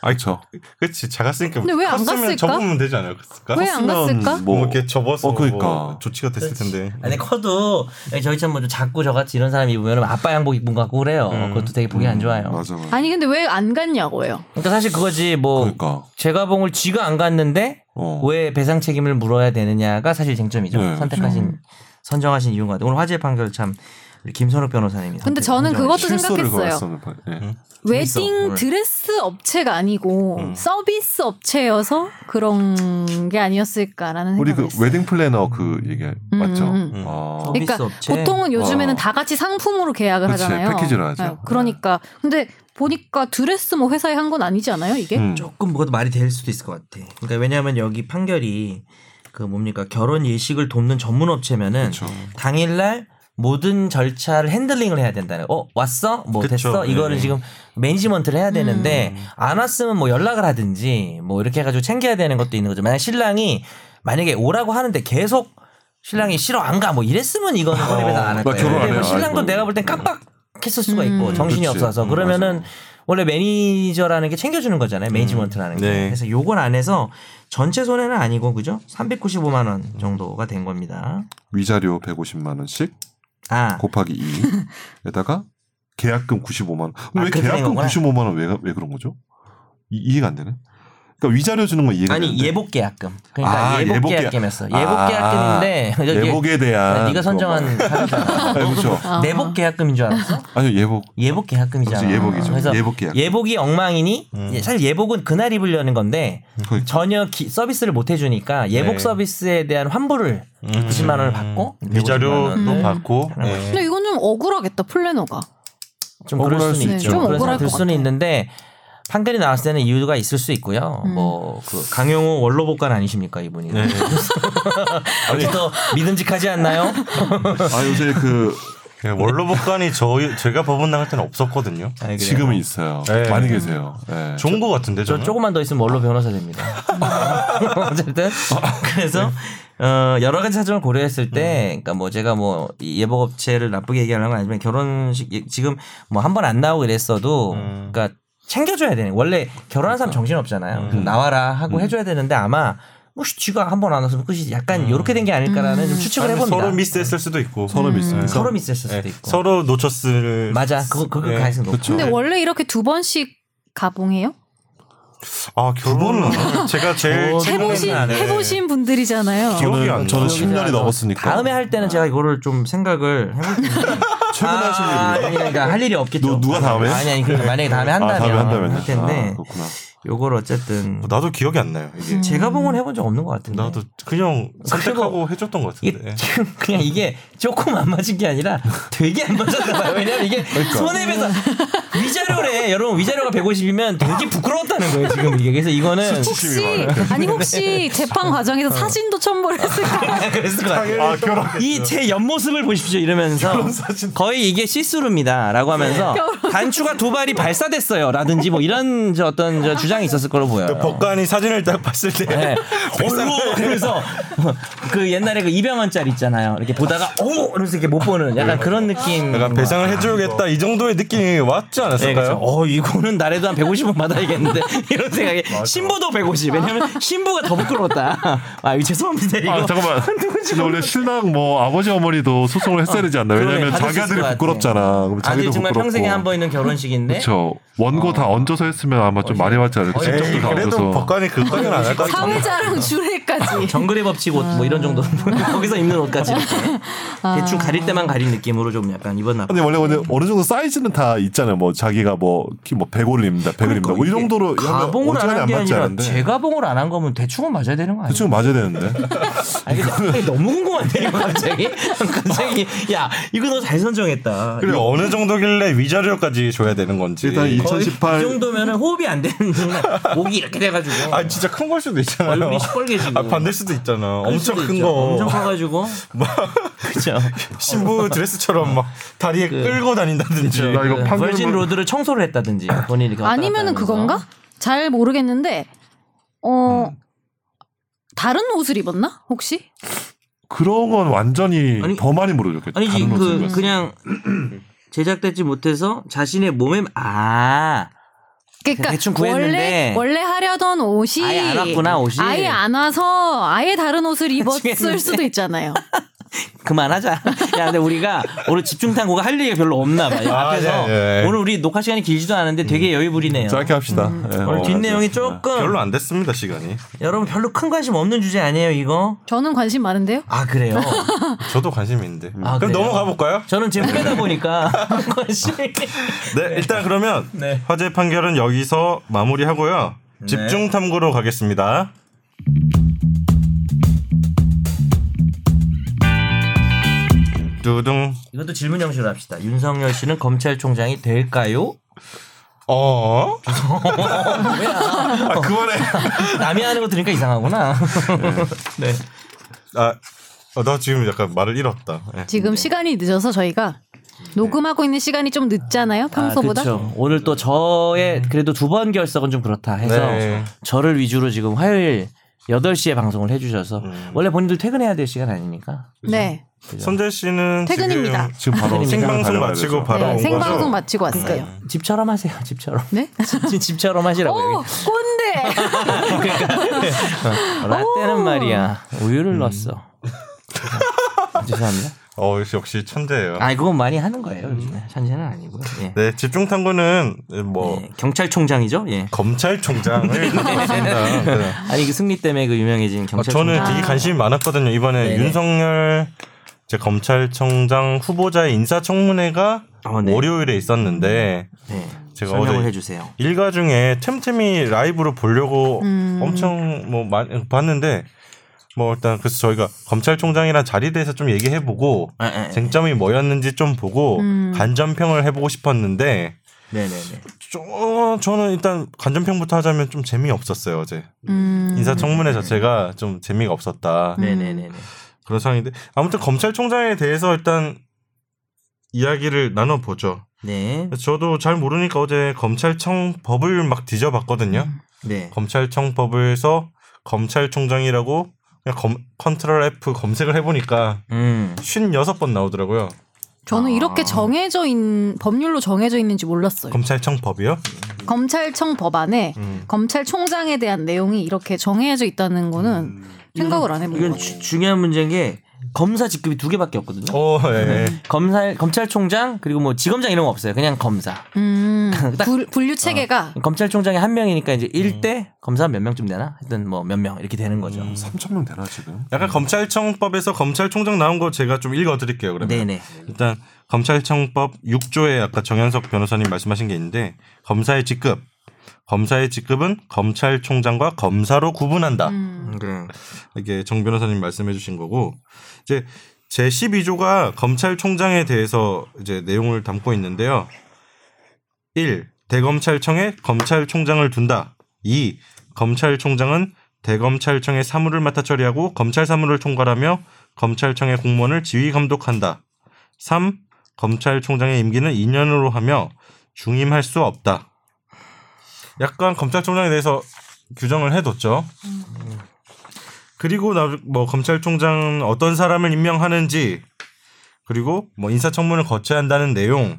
아이 저.
그치 작았으니까.
근데 왜안
컸으면
갔을까?
접으면 되지 않을까?
왜 안 갔을까?
뭐 이렇게 접어서
어, 그러니까.
뭐 조치가 됐을 텐데.
아니 커도 예, 저희처럼 뭐좀 작고 저같이 이런 사람이 입으면 아빠 양복 입은 것 같고 그래요. 그것도 되게 보기 안 좋아요.
음, 맞아. 맞아.
아니 근데 왜 안 갔냐고요.
그러니까 사실 그거지 뭐
그러니까.
제가봉을 쥐가 안 갔는데
어.
왜 배상 책임을 물어야 되느냐가 사실 쟁점이죠.
네.
선택하신 선정하신 이유인 것 같아요. 오늘 화재 판결 참 우리 김선욱 변호사님이. 선택-
근데 저는
선정해
그것도
주신-
실수를
아, 생각했어요.
거였었는 바- 예.
음.
웨딩
왜?
드레스 업체가 아니고 서비스 업체여서 그런 게 아니었을까라는
우리
생각이
그
있어요.
외딩 플래너 그 얘기 맞죠?
음, 음,
음.
아,
서비스
그러니까
업체.
보통은 요즘에는
어.
다 같이 상품으로 계약을
그치,
하잖아요.
패키지로 하죠.
네, 그러니까 근데 보니까 드레스 뭐 회사에 한 건 아니지 않아요 이게?
음.
조금 뭐가 말이 될 수도 있을 것 같아. 그러니까 왜냐하면 여기 판결이 그 뭡니까 결혼 예식을 돕는 전문 업체면은
그쵸.
당일날 모든 절차를 핸들링을 해야 된다는. 어 왔어? 뭐
그쵸.
됐어? 이거는
네.
지금 매니지먼트를 해야 되는데
음.
안 왔으면 뭐 연락을 하든지 뭐 이렇게 해가지고 챙겨야 되는 것도 있는 거죠. 만약 신랑이 만약에 오라고 하는데 계속 신랑이 싫어 안 가 뭐 이랬으면 이거는 손해배상 안할
나
거예요.
어. 결혼 안
근데 뭐
해요.
신랑도
아이고.
내가 볼 땐 깜빡했을 수가 있고 정신이
그치.
없어서
음,
그러면은 원래 매니저라는 게 챙겨주는 거잖아요. 매니지먼트라는 게.
네.
그래서 요건 안에서 전체 손해는 아니고 그죠? 395만 원 정도가 된 겁니다.
위자료 150만 원씩
아,
곱하기
[LAUGHS]
2에다가 계약금 95만 원. 근데
아,
왜
그렇게 된
계약금
거구나.
95만 원 왜 왜 그런 거죠? 이, 이해가 안 되네. 그러니까 위자료 주는 건 이해가
아니
되는데.
예복 계약금. 그러니까
아,
예복
예복 계약-
계약금이었어. 예복
아,
계약금인데
예복에 아, 대한
네가 선정한
[LAUGHS]
사람이잖아.
네, 그렇죠.
아.
내복 계약금인 줄 알았어?
아니요 예복.
예복 계약금이잖아.
그렇지, 예복이죠.
그래서
예복 계약.
예복이 엉망이니
음.
예, 사실 예복은 그날 입으려는 건데
그러니까.
전혀 기- 서비스를 못 해주니까 예복
네.
서비스에 대한 환불을
음.
90만 원을 받고
위자료도
150만 원을
받고.
음.
예.
근데 이건 좀 억울하겠다 플래너가.
좀 그럴
억울할
수는 있죠.
수 있죠. 좀
그런
억울할
생각 들
것
수는
같아요.
있는데 판결이 나왔을 때는 이유가 있을 수 있고요.
음.
뭐 그 강용호 원로복관 아니십니까 이분이? [LAUGHS]
네.
아니 더 믿음직하지 않나요?
아
[LAUGHS]
요새 그
예, 원로복관이 저희 제가 법원 나갈 때는 없었거든요.
아니, 그래요.
지금은 있어요.
네.
많이 계세요. 네.
좋은 거 같은데
네. 저
저는.
조금만 더 있으면 원로 변호사 됩니다. [LAUGHS] 어쨌든 그래서 어, 여러 가지 사정을 고려했을
음.
때, 그러니까 뭐 제가 뭐이 예복업체를 나쁘게 얘기하는 건 아니지만 결혼식 예- 지금 뭐 한 번 안 나오고 이랬어도,
음. 그러니까.
그러니까 챙겨줘야 되는. 원래 결혼한 사람 정신 없잖아요.
음.
나와라 하고 해줘야 되는데 아마 혹시 쥐가 한 번 안 왔으면 끝이 약간 이렇게 된 게 아닐까라는 좀
음.
추측을
아니면
해봅니다. 음.
서로 미스했을 수도 있고
서로 미스.
서로 미스했을 수도
네,
있고.
서로 놓쳤을
맞아. 그거 그거
네.
가능성 높죠.
근데 원래 이렇게 두 번씩 가봉해요?
아 결혼을 [LAUGHS] 제가 제일
어,
해보신
네.
해보신 분들이잖아요.
기억이 안 나.
저는 저는 10년이 넘었으니까.
다음에 할 때는 제가 이거를 좀 생각을 해볼 텐데.
최근에 하신
아,
일이에요?
아니, 그러니까 할 일이 없겠죠.
누- 누가 다음에?
아니 아니 그러니까 만약에 다음에 한다면,
아, 다음에 한다면
할 텐데
아, 그렇구나.
요걸 어쨌든
나도 기억이 안 나요. 이게
제가 봉은 해본 적 없는 것 같은데.
나도 그냥 선택하고 해줬던 것 같은데.
네.
이게 지금 그냥 이게 조금 안 맞은 게 아니라 되게 안 맞았나 봐요. 왜냐면 이게
그러니까.
손해배상 위자료래. 여러분 위자료가 150이면 되게 부끄러웠다는 거예요. 지금 이게 그래서 이거는
혹시 아니 혹시
어.
재판 과정에서 사진도 첨부를 했을까?
그랬을 것 같아요.
아 결혼
[LAUGHS]
그렇죠.
이 제 옆모습을 보십시오 이러면서 거의 이게 시스루입니다라고 하면서 단추가 두 발이 발사됐어요라든지 뭐 이런 저 어떤 저 주장이 있었을 걸로 보여요.
법관이 사진을 딱 봤을 때 [LAUGHS]
네. 얼로 [LAUGHS] 그래서 그 옛날에 그 이병헌짜리 있잖아요. 이렇게 보다가 오 이러면서 이렇게 못 보는 약간 그런 느낌. 음.
내가 배상을 해줘야겠다 이 정도의 느낌이 왔지
네,
않았을까요?
그렇죠. 어, 이거는 나래도 한 150원 받아야겠는데 [LAUGHS] 이런 생각에 신부도 150. 왜냐면 신부가 더 부끄러웠다. 아, 이거 죄송합니다. 이거
아 잠깐만. 근데 원래 신랑 뭐 아버지 어머니도 소송을 했어야 되지 않나? 왜냐면
그러네, 받을
자기
수 있을
아들이
것 같아.
부끄럽잖아. 그럼
아들
자기도
정말
부끄럽고.
평생에 한 번 있는 결혼식인데
그렇죠. 원고 다 얹어서 했으면 아마 좀 많이 맞지 않을까?
네,
에이,
그렇죠.
직접도 다
그래도
얹어서.
법관이 그거는 안할 것 같아.
어.
사회자랑 주례까지.
정글의 법칙 옷 뭐 이런 정도 [LAUGHS] 거기서 입는 옷까지 이렇게. 대충 가릴 때만 가린 느낌으로 좀 약간 입었나 봐.
근데 원래 근데 어느 정도 사이즈는 다 있잖아요. 뭐 자기가 뭐뭐 100올입니다, 100올입니다. 뭐 이
그러니까 이게
정도로 하면
가봉을 안
어지간히
한
안
게
맞지
아니라
않은데.
제가봉을 안 한 거면 대충은 맞아야 되는 거 아니에요?
대충 맞아야
[LAUGHS]
되는데.
아니, 근데 너무 궁금한데 이거 [LAUGHS] 갑자기 갑자기 야 이거 너 잘 선정했다.
그래 어느 정도길래 위자료까지 줘야 되는 건지.
일단
거의
2018
이 정도면은 호흡이 안 되는 정말 목이 이렇게 돼가지고
아 진짜 큰 걸 수도 있잖아요.
얼굴이 시뻘개지고
아 반댈 수도 있잖아.
그럴
엄청
수도
큰
있죠.
거.
엄청 커가지고
막 [LAUGHS]
그죠
신부 드레스처럼 막 다리에
그
끌고 다닌다든지.
나 이거
버진
판결문
그 로드를 청소를 했다든지 본인이 이렇게 왔다 갔다
아니면은
하면서.
그건가? 잘 모르겠는데 어
음.
다른 옷을 입었나 혹시?
그런 건 완전히
아니-
더 많이 물어줬겠죠.
아니지
다른 옷을
그
입었어.
그냥 제작되지 못해서 자신의 몸에 아
그러니까
대충 구했는데.
원래 원래 하려던 옷이
아예 안 왔구나, 옷이.
아예 안 와서 아예 다른 옷을
미치겠는데.
입었을 수도 있잖아요.
그만하자. [LAUGHS] 야, 근데 우리가 오늘 집중 탐구가 할 얘기가 별로 없나 봐요.
아, 음.
앞에서
예, 예.
오늘 우리 녹화 시간이 길지도 않은데 되게 여유 부리네요.
짧게 합시다. 예.
음, 오늘
어,
뒷내용이 조금
별로 안 됐습니다 시간이.
여러분 별로 큰 관심 없는 주제 아니에요, 이거?
저는 관심 많은데요.
아, 그래요. [LAUGHS]
저도 관심 있는데.
아,
그럼
그래요?
넘어가 볼까요?
저는 제 후배다 보니까 [LAUGHS] 관심이
네 일단
[LAUGHS]
그러면
네.
화재 판결은 여기서 마무리하고요.
네.
집중 탐구로 가겠습니다. 두둥.
이것도 질문 형식으로 합시다. 윤석열 씨는 검찰총장이 될까요?
어? [LAUGHS] 아,
남이 하는 거 들으니까 이상하구나. [LAUGHS] 네.
아, 어, 나 지금 약간 말을 잃었다. 예.
네.
지금 시간이 늦어서 저희가 녹음하고 있는 시간이 좀 늦잖아요. 평소보다.
아, 그렇죠. 오늘 또 저의 그래도 두 번 결석은 좀 그렇다 해서
네.
저를 위주로 지금 화요일 8시에 방송을 해주셔서 원래 본인들 퇴근해야 될 시간 아닙니까?
네.
선재 씨는
퇴근입니다.
지금
지금 바로
생방송
달려가야
마치고
되죠.
바로
네,
온
생방송
거죠?
마치고 왔어요.
집처럼 하세요. 집처럼. [LAUGHS]
네?
집- 집처럼 하시라고요.
오, 꼰대!
라떼는 말이야. 우유를
음.
넣었어. [LAUGHS] 죄송합니다.
어, 역시- 역시 천재예요.
아, 그건 많이 하는 거예요. 요즘에. 현재는 아니고요. 예.
음. 네, 집중 탐구는 뭐
네.
예, 경찰총장이죠? 예.
[LAUGHS]
검찰총장을 탐구했습니다. 네.
아니, 그 승리 때문에 그 유명해진
아,
경찰총장.
저는 되게 관심이 많았거든요. 이번에
네네.
윤석열 제 검찰총장 후보자의 인사청문회가
어, 네.
월요일에 있었는데
네.
제가
설명을
어제
해주세요.
일가 중에 틈틈이 라이브로 보려고
음.
엄청 뭐 많이 봤는데 뭐 일단 그래서 저희가 검찰총장이란 자리에 대해서 좀 얘기해보고
아, 아, 아.
쟁점이 뭐였는지 좀 보고
음.
간전평을 해보고 싶었는데
네네네.
저, 저는 일단 간전평부터 하자면 좀 재미없었어요 어제
음,
인사청문회 자체가 좀 재미가 없었다 음.
네네네네.
그런 상황인데 아무튼 검찰총장에 대해서 일단 이야기를 나눠보죠
네.
저도 잘 모르니까 어제 검찰청 법을 막 뒤져봤거든요
음.
네.
검찰청 법에서 검찰총장이라고 그냥 검, 컨트롤 F 검색을 해보니까
음.
56번 나오더라고요
아. 네.
저는 이렇게 정해져 있는, 법률로 정해져 있는지 몰랐어요.
검찰청 법이요?
검찰청 법안에
음.
검찰총장에 대한 내용이 이렇게 정해져 있다는 거는 생각을 안 해본
이건
거예요.
주- 중요한 문제인 게 검사 직급이 두 개밖에 없거든요.
어, 예.
음. 검사 검찰총장 그리고 뭐 지검장 이런 거 없어요. 그냥 검사.
음,
딱- 아,
분- 분류 체계가
검찰총장이 한 명이니까 이제
음.
1대 검사 몇 명쯤 되나? 하여튼 뭐 몇 명 이렇게 되는 거죠.
3천 명 되나 지금?
약간 검찰청법에서 검찰총장 나온 거 제가 좀 읽어드릴게요. 그러면
네네.
일단 검찰청법 6조에 아까 정현석 변호사님 말씀하신 게 있는데 검사의 직급, 검사의 직급은 검찰총장과 검사로 구분한다.
음,
네.
이게 정 변호사님 말씀해 주신 거고 이제 제 12조가 검찰총장에 대해서 이제 내용을 담고 있는데요. 1. 대검찰청에 검찰총장을 둔다. 2. 검찰총장은 대검찰청의 사무를 맡아 처리하고 검찰 사무를 총괄하며 검찰청의 공무원을 지휘 감독한다. 3. 검찰총장의 임기는 2년으로 하며 중임할 수 없다. 약간 검찰총장에 대해서 규정을 해뒀죠. 그리고 나 뭐 검찰총장 어떤 사람을 임명하는지 그리고 뭐 인사청문을 거쳐야 한다는 내용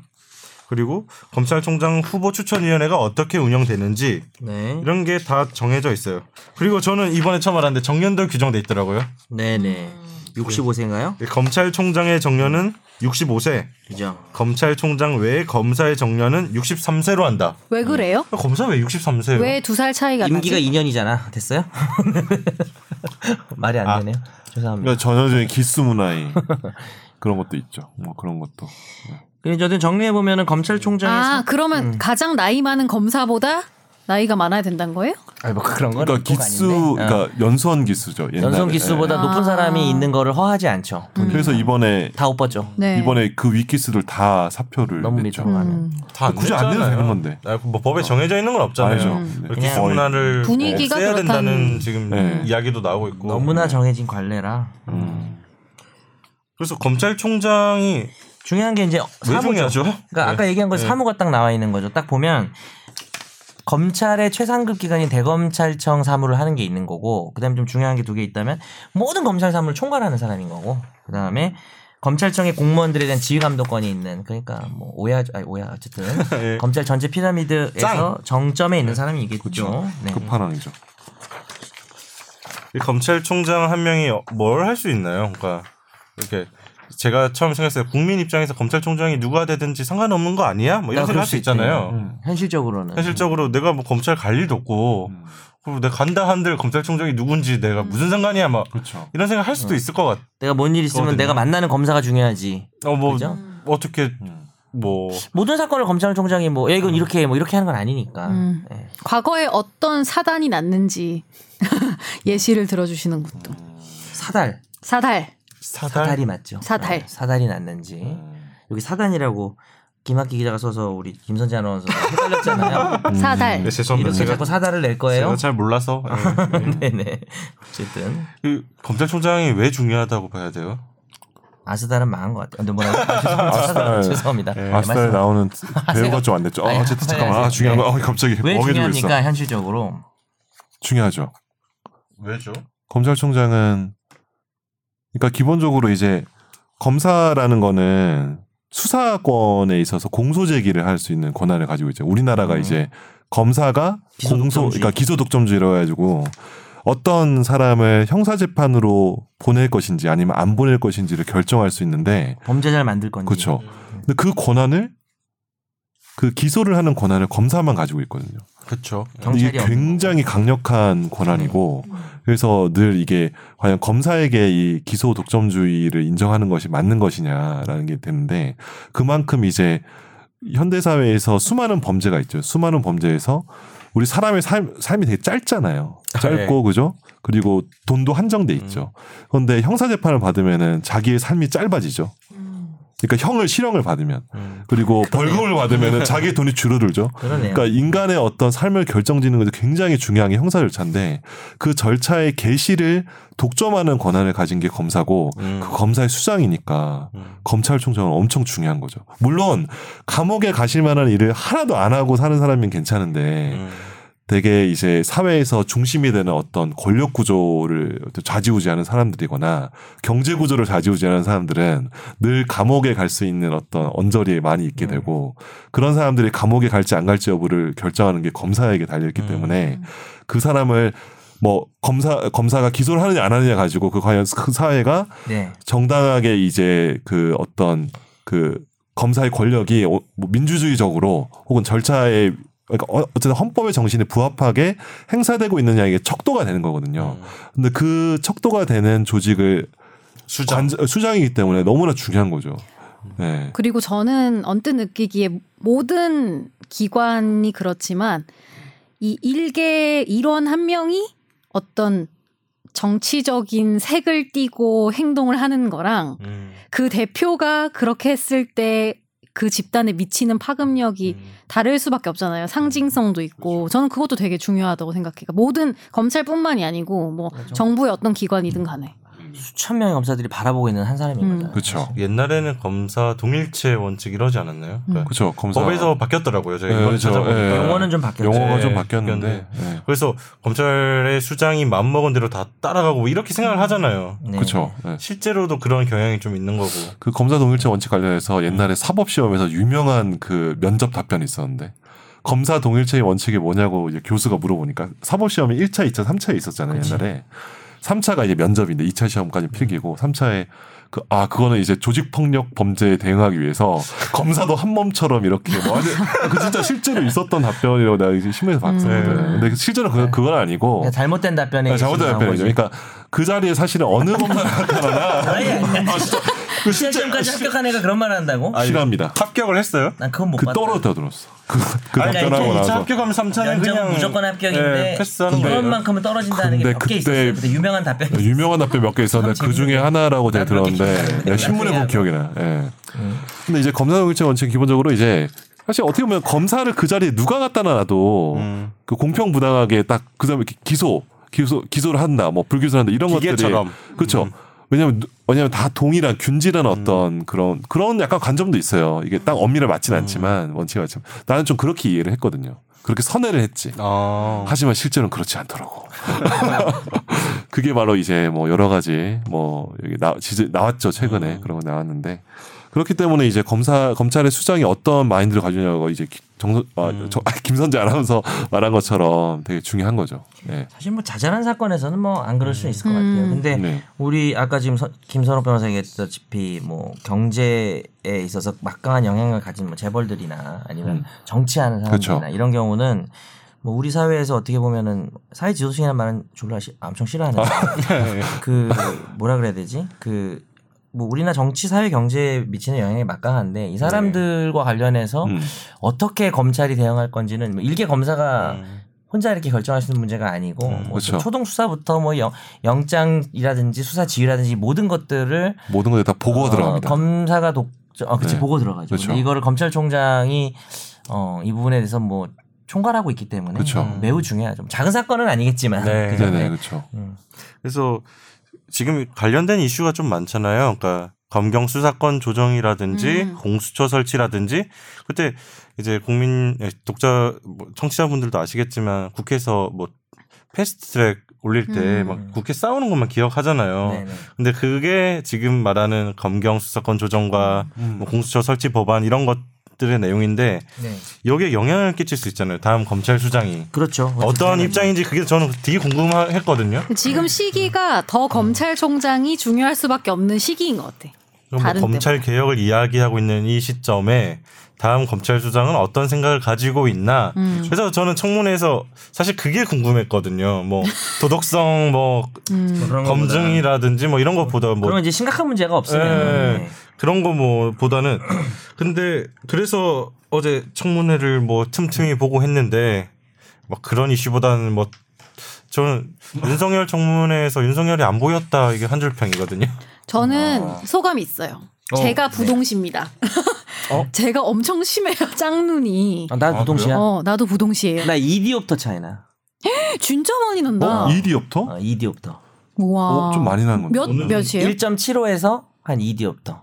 그리고 검찰총장 후보 추천위원회가 어떻게 운영되는지
네.
이런 게 다 정해져 있어요. 그리고 저는 이번에 처음 알았는데 정년도 규정돼 있더라고요. 예,
네네. 65세인가요?
검찰총장의 정년은 65세,
그죠.
검찰총장 외에 검사의 정년은 63세로 한다. 어,
왜 그래요?
검사 왜 63세예요?
왜 두 살 차이가
임기가
나지?
2년이잖아. 됐어요? [LAUGHS] 말이 안
아.
되네요. 죄송합니다.
그러니까 전형적인 기수 [LAUGHS] 문화인 그런 것도 있죠. 뭐 그런 것도.
네. 그래서 저는 정리해 보면은 검찰총장에서
아, 그러면 가장 나이 많은 검사보다 나이가 많아야 된다는 거예요?
아니 뭐 그런 건
그러니까
꼭
기수,
아닌데. 어.
그러니까 연수원 기수죠. 옛날에.
어. 연성 기수보다 음.
네. 아.
높은 사람이 있는 거를 허하지 않죠.
예. 그래서 이번에
다 오빠죠.
네.
이번에 그 윗기수들 다 사표를
너무
냈죠.
밑으로 가면.
음.
다안
굳이 안 내도 되는 건데.
아, 뭐 법에 정해져 있는 건
알죠.
없잖아요.
네.
이렇게
거의.
문화를
분위기가
없애야 된다는
그렇다는- 음.
지금
네.
이야기도 나오고 있고
음.
너무나 정해진 관례라.
음.
그래서 검찰총장이
중요한 게 이제
왜
사무죠.
중요하죠?
그러니까 아까 얘기한 거
네.
사무가 딱 나와 있는 거죠. 딱 보면 검찰의 최상급 기관인 대검찰청 사무를 하는 게 있는 거고, 그다음에 좀 중요한 게 두 개 있다면 모든 검찰 사무를 총괄하는 사람인 거고, 그다음에 검찰청의 공무원들에 대한 지휘 감독권이 있는 그러니까 뭐 오야 아니 오야
[LAUGHS]
어쨌든
예.
검찰 전체 피라미드에서 정점에 있는 사람이겠죠. 네.
그
끝판왕이죠.
이 검찰총장 한 명이 뭘 할 수 있나요? 그러니까 이렇게 제가 처음 생각했어요. 국민 입장에서 검찰총장이 누가 되든지 상관없는 거 아니야? 뭐
아,
이런
그럴
생각 할 수
수
음.
있잖아요.
현실적으로는
현실적으로 내가 뭐 검찰 갈 일도 없고
음.
그리고 내가 간다 한들 검찰총장이 누군지 내가
음.
무슨 상관이야 막
그렇죠.
이런 생각 할
음.
수도 있을 것 같아.
내가 뭔 일 있으면
그거거든요.
내가 만나는 검사가 중요하지.
어뭐
그죠?
어떻게 뭐
모든 사건을 검찰총장이 뭐 야,
음.
이건 이렇게 해, 뭐 이렇게 하는 건 아니니까.
음.
예.
과거에 어떤 사단이 났는지 [LAUGHS] 예시를 들어주시는 것도
사달.
사달
사달
사달이 맞죠.
사달.
어, 사달이 났는지.
음.
여기 사단이라고 김학기 기자가 써서 우리 김선재 아나운서 헷갈렸잖아요.
사달
네, 죄송합니다.
이렇게
제가
자꾸 사달을 낼 거예요.
제가 잘 몰라서 예.
[LAUGHS] 네네. 어쨌든
그 검찰총장이 왜 중요하다고 봐야 돼요?
아스달은 망한 것 같아요. 근데
[LAUGHS]
뭐라고? 죄송합니다.
아스달.
죄송합니다. 네,
아스타에
말씀-
나오는 배우가 좀 안 됐죠. 아,
아니,
어쨌든 잠깐만.
아니,
아,
아니,
중요한 거.
아니.
아, 갑자기
왜
먹여주고 있어.
중요합니까 현실적으로?
중요하죠.
왜죠?
검찰총장은 그러니까 기본적으로 이제 검사라는 거는 수사권에 있어서 공소 제기를 할 수 있는 권한을 가지고 있죠. 우리나라가 이제 검사가 공소
음. 기소독점주의.
그러니까 기소독점주의라고 해가지고 어떤 사람을 형사 재판으로 보낼 것인지 아니면 안 보낼 것인지를 결정할 수 있는데
범죄자를 만들 건지.
그렇죠.
음.
근데 그 권한을 그 기소를 하는 권한을 검사만 가지고 있거든요.
그렇죠.
근데 이게
경찰이 없는
굉장히 강력한 권한이고 그래서 늘 이게 과연 검사에게 이 기소 독점주의를 인정하는 것이 맞는 것이냐라는 게 되는데 그만큼 이제 현대 사회에서 수많은 범죄가 있죠. 수많은 범죄에서 우리 사람의 삶, 삶이 되게 짧잖아요. 네. 음. 짧고 그죠? 그리고 돈도 한정돼 있죠. 그런데 형사 재판을 받으면은 자기의 삶이 짧아지죠. 그러니까 형을 실형을 받으면
음,
아, 그리고 벌금을 받으면은 자기 돈이 줄어들죠.
그러네요.
그러니까 인간의 어떤 삶을 결정짓는 것도 굉장히 중요한 게 형사 절차인데 그 절차의 개시를 독점하는 권한을 가진 게 검사고
음.
그 검사의 수장이니까 검찰총장은 엄청 중요한 거죠. 물론 감옥에 가실 만한 일을 하나도 안 하고 사는 사람이면 괜찮은데
음.
되게 이제 사회에서 중심이 되는 어떤 권력 구조를 좌지우지하는 사람들이거나 경제 구조를 좌지우지하는 사람들은 늘 감옥에 갈 수 있는 어떤 언저리에 많이 있게 되고 그런 사람들이 감옥에 갈지 안 갈지 여부를 결정하는 게 검사에게 달려있기 때문에 그 사람을 뭐 검사 검사가 기소를 하느냐 안 하느냐 가지고 그 과연 그 사회가
네.
정당하게 이제 그 어떤 그 검사의 권력이 어- 뭐 민주주의적으로 혹은 절차에 그러니까 어- 어쨌든 헌법의 정신에 부합하게 행사되고 있느냐 이게 척도가 되는 거거든요.
음.
근데 그 척도가 되는 조직을 수장 수장이기 때문에 너무나 중요한 거죠.
음.
네.
그리고 저는 언뜻 느끼기에 모든 기관이 그렇지만 이 일개 일원 한 명이 어떤 정치적인 색을 띠고 행동을 하는 거랑
음.
그 대표가 그렇게 했을 때 그 집단에 미치는 파급력이
음.
다를 수밖에 없잖아요. 상징성도 있고 저는 음. 그것도 되게 중요하다고 생각해요. 모든 검찰뿐만이 아니고 음. 뭐 정부의 어떤 기관이든 간에
수천 명의 검사들이 바라보고 있는 한 사람인
음.
거죠.
그렇죠.
옛날에는 검사 동일체 원칙 이러지 않았나요?
음.
그러니까
그렇죠. 검사
법에서 바뀌었더라고요. 제가
네,
이번에
그렇죠.
찾아보니까.
예.
용어는 좀 바뀌었죠.
용어가 좀
네,
바뀌었는데.
바뀌었는데.
네.
그래서 검찰의 수장이 맘먹은 대로 다 따라가고 뭐 이렇게 생각을 하잖아요.
네.
그렇죠. 네.
실제로도 그런 경향이 좀 있는 거고.
그 검사
음.
동일체 원칙 관련해서 옛날에 사법 시험에서 유명한 그 면접 답변이 있었는데 검사 동일체의 원칙이 뭐냐고 이제 교수가 물어보니까 사법 시험이 1차, 2차, 3차에 있었잖아요, 옛날에. 3차가 이제 면접인데 2차 시험까지
음.
필기고 3차에 그, 아, 그거는 이제 조직 폭력 범죄에 대응하기 위해서
[LAUGHS]
검사도 한 몸처럼 이렇게 뭐 하는- 그 진짜 실제로 있었던 답변이라고 내가 이제 신문에서 봤었거든.
음.
근데 실제로 그, 그건 아니고
그러니까 잘못된 답변이
아, 잘못된
나온
답변이죠.
거지.
그러니까 그 자리에 사실은
[LAUGHS]
어느 검사가 나타나나
아니, 아니, 아니.
그
[LAUGHS] 시험까지 합격한 애가 그런 말을 한다고?
싫어합니다.
합격을 했어요?
난 그건 못
그
봤다.
떨어져 들었어. 그, 그
아니,
답변하고
그러니까
나서.
2차 합격하면 3차는
면접은
그냥
무조건 합격인데
예, 패스하는 거예요. 예.
그런만큼은 떨어진다는 게
근데
몇 개
그때-
있었어요. 그때 유명한 답변.
유명한 답변 몇 개 있었는데 그 중에 하나라고 제가
나도 그렇게
들었는데
기억나요.
네, 신문에 본 기억이 나. 예. 근데 이제 검사 동일체 원칙 기본적으로 이제 사실 어떻게 보면 검사를 그 자리에 누가 갖다 놔도 그 공평 부당하게 딱 그 다음에 이렇게 기소 기소 기소를 한다, 뭐 불기소를 한다 이런
기계처럼.
것들이 그렇죠. 왜냐면 누- 왜냐면 다 동일한 균질한 어떤 그런 그런 약간 관점도 있어요. 이게 딱 엄밀히 맞진 않지만 원칙이 맞지만 나는 좀 그렇게 이해를 했거든요. 그렇게 선회를 했지.
아.
하지만 실제로는 그렇지 않더라고. [LAUGHS] 그게 바로 이제 뭐 여러 가지 뭐 여기 나, 지- 나왔죠 최근에
음.
그런 거 나왔는데 그렇기 때문에 이제 검사 검찰의 수장이 어떤 마인드를 가지냐고 이제 기- 정선 아,
음.
저- 아, 김선재 아나운서 [LAUGHS] 말한 것처럼 되게 중요한 거죠. 네.
사실 뭐 자잘한 사건에서는 뭐 안 그럴 수는 있을 것 같아요.
음.
근데
네.
우리 아까 지금 서- 김선호 변호사 얘기했다시피 뭐 경제에 있어서 막강한 영향을 가진 뭐 재벌들이나 아니면 정치하는 사람들이나
음. 그쵸.
이런 경우는 뭐 우리 사회에서 어떻게 보면은 사회 지도층이라는 말은 졸라 시, 엄청 싫어하는데
아, 네.
[LAUGHS] 그 뭐라 그래야 되지 그 뭐 우리나 정치 사회 경제에 미치는 영향이 막강한데 이 사람들과 관련해서
음.
어떻게 검찰이 대응할 건지는 뭐 일개
음.
검사가
아.
혼자 이렇게 결정할 수 있는 문제가 아니고 뭐
그렇죠.
초동 수사부터 뭐 영, 영장이라든지 수사 지휘라든지 모든 것들을
모든 것에 다 보고가
어,
들어갑니다.
검사가 독, 어, 그치
네.
보고 들어가죠.
그렇죠.
근데 이거를 검찰총장이 어, 이 부분에 대해서 뭐 총괄하고 있기 때문에 음,
그렇죠.
매우 중요하죠. 작은 사건은 아니겠지만
네.
그죠? 음,
네네 그렇죠.
그래서 지금 관련된 이슈가 좀 많잖아요. 그러니까 검경 수사권 조정이라든지
음.
공수처 설치라든지 그때 이제 국민 에, 독자 뭐 청취자분들도 아시겠지만 국회에서 뭐 패스트트랙 올릴 때
음.
막 국회 싸우는 것만
어.
기억하잖아요.
네네.
근데 그게 지금 말하는 검경 수사권 조정과
음.
뭐 공수처 설치 법안 이런 것들의 내용인데
네.
여기에 영향을 끼칠 수 있잖아요. 다음 검찰 수장이
그렇죠.
뭐
어떤 입장인지 그게 저는 되게 궁금했거든요.
지금 시기가 더 검찰총장이 중요할 수밖에 없는 시기인 것 같아.
그럼 뭐
다른
검찰
때보다.
개혁을 이야기하고 있는 이 시점에 다음 검찰 수장은 어떤 생각을 가지고 있나.
음.
그래서 저는 청문회에서 사실 그게 궁금했거든요. 뭐 도덕성 뭐
음.
[LAUGHS] 그런 것보다.
검증이라든지 뭐 이런 것보다 뭐
그러면 이제 심각한 문제가
예,
없으면 네.
그런 거 뭐 보다는 [CLEARS THROAT] 근데 그래서 어제 청문회를 뭐 틈틈이 보고 했는데 막 그런 이슈보다는 뭐 저는 윤석열 청문회에서 윤석열이 안 보였다 이게 한 줄평이거든요.
저는
아.
소감이 있어요.
네.
제가 부동시입니다. [LAUGHS] 제가 엄청 심해요, 짝눈이.
어? 아, 나 부동시야.
어, 나도 부동시예요.
나 이디옵터 차이나.
진짜 많이 난다.
이디옵터?
어, 이디옵터.
우와.
아.
어, 좀 많이 나는 건데.
몇, 몇이에요?
1.75에서 한 2디옵터.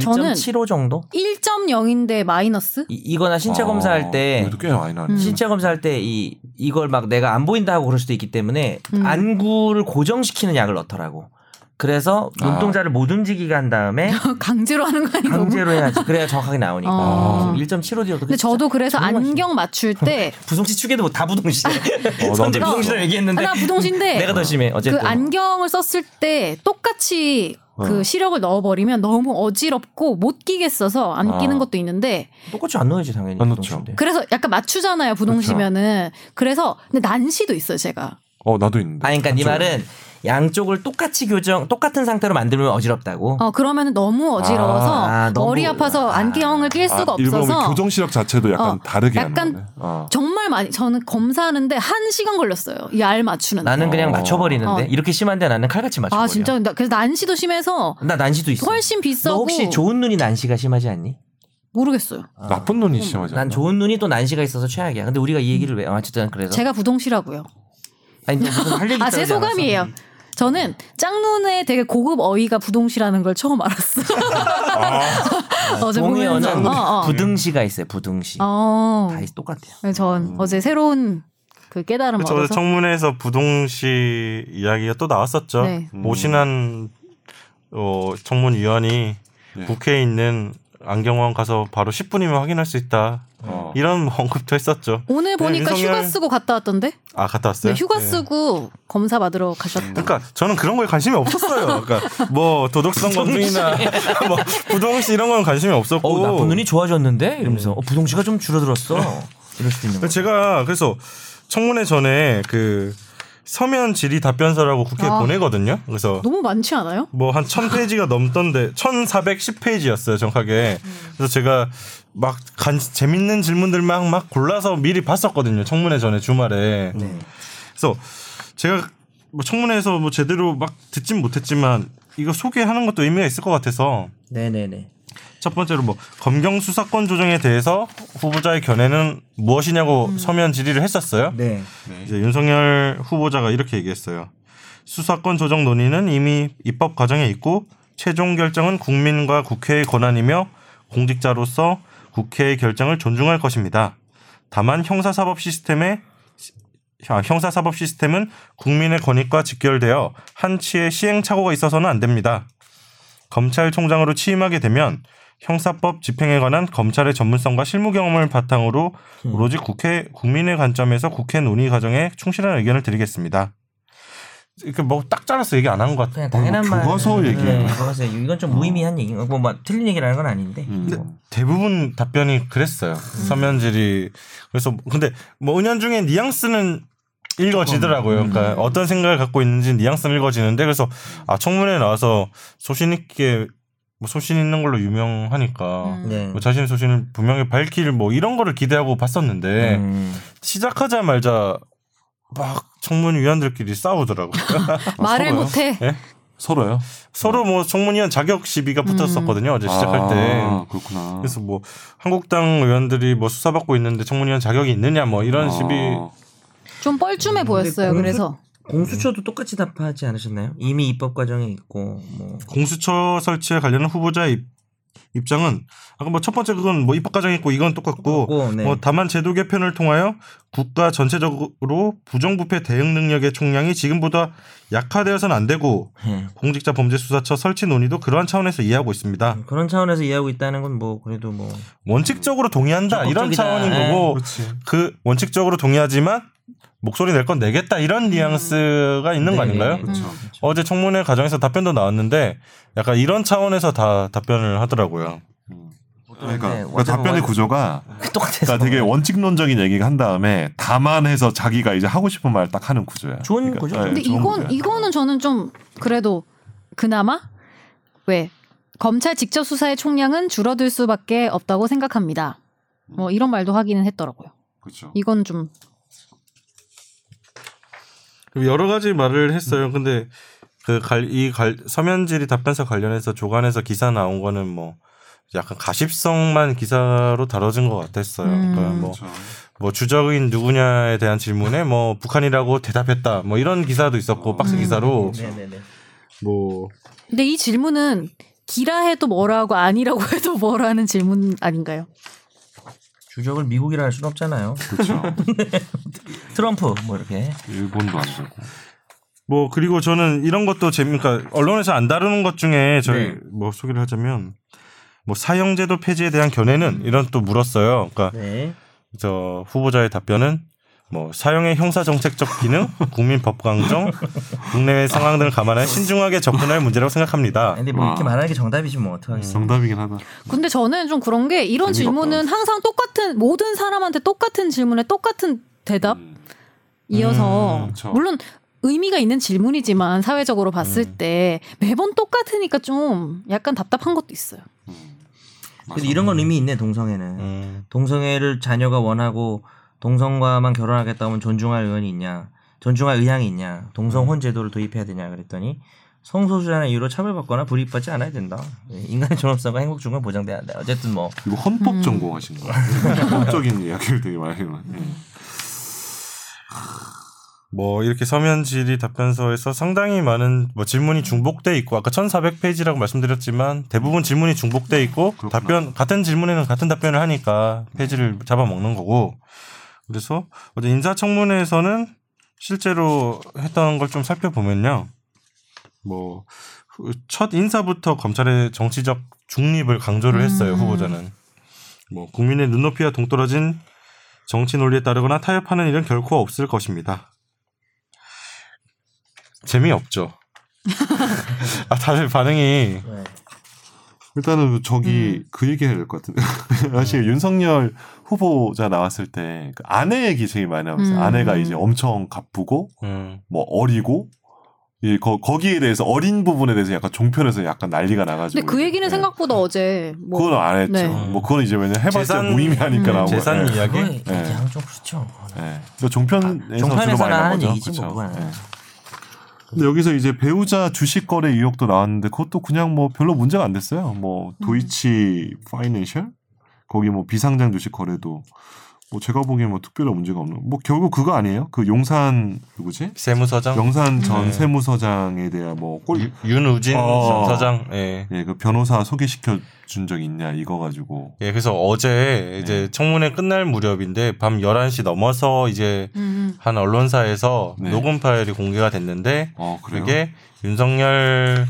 저는
1.75 정도?
1.0인데 마이너스? [LAUGHS]
이, 이거나 신체
아,
검사할 때
이것도 꽤 많이 나네.
음.
신체 검사할 때 이 이걸 막 내가 안 보인다 하고 그럴 수도 있기 때문에
음.
안구를 고정시키는 약을 넣더라고. 그래서
아.
눈동자를 못 움직이게 한
[LAUGHS]
다음에
강제로 하는 거 아니고.
강제로 해야지. 그래야 정확하게 나오니까.
어.
1.75디어도.
근데 저도 그래서
정말
안경
[LAUGHS]
맞출 때
부송시 축에도 뭐 다 [LAUGHS] 부동시. 선제
어, 나도
부동시라고
아,
얘기했는데
나 부동신데
내가 더 심해.
그
어쨌든
안경을 썼을 때 똑같이 그
어.
시력을 넣어버리면 너무 어지럽고 못 끼겠어서 안
아.
끼는 것도 있는데
똑같이 안 넣어야지 당연히.
안 넣죠.
부동시인데.
그래서 약간 맞추잖아요 부동시면은
그렇죠.
그래서 근데 난시도 있어요 제가
어 나도 있는데.
아, 그러니까 네
한쪽으로.
말은 양쪽을 똑같이 교정, 똑같은 상태로 만들면 어지럽다고.
어 그러면 은 너무 어지러워서
아, 너무-
머리 아파서
아.
안경을 낄 수가
아, 일부러 보면
없어서
교정 시력 자체도 약간
어,
다르게 안
약간
나오네. 아.
정말 많이 저는 검사하는데 한 시간 걸렸어요 이 알 맞추는
나는 그냥
어.
맞춰버리는데
어.
이렇게 심한데 나는 칼같이 맞춰버려.
아 진짜 나- 그래서 난시도 심해서
나 난시도 있어.
훨씬
너
비싸고
혹시 좋은 눈이 난시가 심하지 않니?
모르겠어요
나쁜 눈이 심하지.
아, 난
않나?
좋은 눈이 또 난시가 있어서 최악이야. 근데 우리가 이 얘기를 왜? 어, 어쨌든 그래서.
제가 부동시라고요
아니 근데 무슨 할 얘기
아,
있다고
제
하지
소감이에요. 저는 짝눈에 되게 고급 어휘가 부동시라는 걸 처음 알았어.
않았어?
어제 [LAUGHS] 보면서.
아, 동해어는
어, 어.
부등시가 있어요. 부등시.
어.
다 있- 음. 똑같아요.
네, 전 어제 새로운 그 깨달음
그렇죠.
얻어서
어제 청문회에서 부동시 이야기가 또 나왔었죠.
네.
음.
모신한 어, 청문위원이
네.
국회에 있는 안경원 가서 바로 10분이면 확인할 수 있다.
어.
이런 [LAUGHS] 언급도 했었죠.
오늘 보니까
윤석열-
휴가 쓰고 갔다 왔던데.
아 갔다 왔어요?
네, 휴가
네.
쓰고 검사 받으러 가셨다.
그러니까 저는 그런 거에 관심이 없었어요. 그러니까 뭐 도덕성 검증이나 뭐 부동시 이런 건 관심이 없었고.
어 나쁜 눈이 좋아졌는데 이러면서
네.
어, 부등시가 좀 줄어들었어. 이럴 수도 있는 거.
그렇죠.
제가 그래서 청문회 전에 그 서면 질의 답변서라고 국회에
아.
보내거든요. 그래서
너무 많지 않아요?
뭐 한 1000페이지가 넘던데 1410페이지였어요, 정확하게. 그래서 제가 막 간, 재밌는 질문들 막, 막 골라서 미리 봤었거든요. 청문회 전에 주말에. 그래서 제가 뭐 청문회에서 뭐 제대로 막 듣진 못했지만 이거 소개하는 것도 의미가 있을 것 같아서
네네네.
첫 번째로 뭐 검경 수사권 조정에 대해서 후보자의 견해는 무엇이냐고 서면 질의를 했었어요.
네.
이제 윤석열 후보자가 이렇게 얘기했어요. 수사권 조정 논의는 이미 입법 과정에 있고 최종 결정은 국민과 국회의 권한이며 공직자로서 국회의 결정을 존중할 것입니다. 다만 형사사법 시스템의 아, 형사사법 시스템은 국민의 권익과 직결되어 한치의 시행착오가 있어서는 안 됩니다. 검찰총장으로 취임하게 되면 형사법 집행에 관한 검찰의 전문성과 실무 경험을 바탕으로 오로지 국회 국민의 관점에서 국회 논의 과정에 충실한 의견을 드리겠습니다. 이렇게 뭐 딱 잘라서 얘기 안 한 것뭐 같아.
그냥 당연한 말.
어, 교과서 얘기예요.
네, 교과서 얘기. 이건 좀 무의미한 얘기. 뭐, 뭐 틀린 얘기라는 건 아닌데.
음.
대부분 답변이 그랬어요. 서면질이 그래서 근데 뭐 은연중에 뉘앙스는 읽어지더라고요. 그러니까 어떤 생각을 갖고 있는지 뉘앙스는 읽어지는데 그래서 아 청문회 나와서 소신 있게 뭐 소신 있는 걸로 유명하니까
음.
네.
뭐 자신의 소신을 분명히 밝힐 뭐 이런 거를 기대하고
네.
봤었는데
음.
시작하자마자 막 청문위원들끼리 싸우더라고요. [LAUGHS]
말을
서로요?
못 해.
서로요.
서로 뭐 청문위원 자격 시비가 붙었었거든요. 어제 시작할
아,
때.
그렇구나.
그래서 뭐 한국당 의원들이 뭐 수사받고 있는데 청문위원 자격이 있느냐 뭐 이런
아.
시비
좀 뻘쭘해 보였어요.
공수-
그래서
공수처도 똑같이 답하지 않으셨나요? 이미 입법 과정에 있고 뭐.
공수처 설치에 관련한 후보자의 입- 입장은 아까 뭐 첫 번째 그건 뭐 입법 과정 있고 이건 똑같고
똑같고, 네.
뭐 다만 제도 개편을 통하여 국가 전체적으로 부정부패 대응 능력의 총량이 지금보다 약화되어서는 안 되고
네.
공직자 범죄 수사처 설치 논의도 그러한 차원에서 이해하고 있습니다.
음, 그런 차원에서 이해하고 있다는 건 뭐 그래도 뭐
원칙적으로 동의한다 이런
적극적이다.
차원인
네.
거고 그 원칙적으로 동의하지만 목소리 낼 건 내겠다 이런 뉘앙스가 있는 거
네,
아닌가요?
네, 그렇죠.
어제 청문회 과정에서 답변도 나왔는데 약간 이런 차원에서 다 답변을 하더라고요.
그러니까,
네,
그러니까 답변의
어쨌든
구조가
똑같아서
그러니까 되게 원칙론적인 얘기를 한 다음에 다만 해서 자기가 이제 하고 싶은 말 딱 하는 구조야.
좋은 구조.
예,
근데
좋은
이건
구조야.
이거는 저는 좀 그래도 그나마 왜 검찰 직접 수사의 총량은 줄어들 수밖에 없다고 생각합니다. 뭐 이런 말도 하기는 했더라고요.
그렇죠.
이건 좀
그리고 여러 가지 말을 했어요. 근데 음. 그갈이 갈, 서면질의 답변서 관련해서 조간에서 기사 나온 거는 뭐 약간 가십성만 기사로 다뤄진 것 같았어요. 그러니까 뭐,
그렇죠.
뭐 주적인 누구냐에 대한 질문에 뭐 북한이라고 대답했다. 음.
네,
뭐 이런 기사도 있었고 박스 기사로
네네네.
뭐
근데 이 질문은 기라 해도 뭐라고 아니라고 [LAUGHS] 해도 뭐라는 질문 아닌가요?
주적을 미국이라 할 수는 없잖아요.
그렇죠.
트럼프 뭐 이렇게.
일본도 안 되고.
뭐 그리고 저는 이런 것도 재미, 그러니까 언론에서 안 다루는 것 중에 저희
네.
뭐 소개를 하자면 뭐 사형제도 폐지에 대한 견해는 이런 또 물었어요. 그러니까
네.
저 후보자의 답변은 뭐 사형의 형사 정책적 기능, [LAUGHS] 국민 법 강정, 국내외 상황 등을 감안해 신중하게 접근할 문제라고 생각합니다.
근데 뭐
와.
이렇게 말하는 게 정답이지 뭐 어떡하겠어.
정답이긴 하다.
근데 저는 좀 그런 게 이런
재미가
질문은 항상 똑같은 모든 사람한테 똑같은 질문에 똑같은
음,
대답이어서
음,
그쵸.
물론 의미가 있는 질문이지만 사회적으로 봤을
음.
때 매번 똑같으니까 좀 약간 답답한 것도 있어요.
그래서 이런 건 의미 있네 동성애는.
음,
동성애를 자녀가 원하고 동성과만 결혼하겠다 하면 존중할 의원이 있냐 존중할 의향이 있냐
음.
동성혼 제도를 도입해야 되냐 그랬더니 성소수자는 이유로 차별받거나 불이익받지 않아야 된다 예, 인간의 존엄성과 행복 중간 보장돼야 한다 어쨌든 뭐
이거
음.
헌법 전공하신 거예요.
[LAUGHS]
헌법적인 이야기를 되게 많이 해요. 예.
뭐 이렇게 서면 질의 답변서에서 상당히 많은 뭐 질문이 중복돼 있고 아까 1,400페이지라고 말씀드렸지만 대부분 질문이 중복돼 있고
그렇구나.
답변 같은 질문에는 같은 답변을 하니까 페이지를 잡아먹는 거고 그래서 어제 인사청문회에서는 실제로 했던 걸 좀 살펴보면요. 뭐 첫 인사부터 검찰의 정치적 중립을 강조를 했어요
음.
후보자는 뭐 국민의 눈높이와 동떨어진 정치 논리에 따르거나 타협하는 일은 결코 없을 것입니다. 재미없죠. 아 다들 반응이
일단은 저기
음.
그 얘기 해야 될 것 같은데. [LAUGHS] 사실 윤석열 후보자 나왔을 때 그 아내 얘기 되게 많이 나왔어요.
음.
아내가 이제 엄청 가쁘고
음,
뭐 어리고 이 거, 거기에 대해서 어린 부분에 대해서 약간 종편에서 약간 난리가 나가지고.
그렇죠.
근데 그
이제,
얘기는
네.
예.
생각보다 어제 뭐
그건 안 했죠.
네.
뭐 그건 이제 왜냐 해봤자
재산-
무의미하니까
음.
나온 거예요.
재산
예.
이야기. 네.
그거에
예.
그냥 좀 그렇죠
예. 그 종편에서 주로 많이
종편에서나
나온
하는
거죠.
얘기지 뭐
그쵸?
그거는
네.
예. 근데 여기서 이제 배우자 주식 거래 의혹도 나왔는데 그것도 그냥 뭐 별로 문제가 안 됐어요. 뭐
음.
도이치 파이낸셜 거기 뭐 비상장 주식 거래도 뭐 제가 보기엔 뭐 특별한 문제가 없는 뭐 결국 그거 아니에요? 그 용산 누구지?
세무서장
용산 전
네. 음.
세무서장에 대한 뭐꼴예그
유- 윤우진
어.
서장 예.
변호사 소개시켜 준 적이 있냐 이거 가지고
예, 그래서 어제
네.
이제 청문회 끝날 무렵인데 밤 11시 넘어서 이제
음,
한 언론사에서
네.
녹음 파일이 공개가 됐는데
어 그래요?
그게 윤석열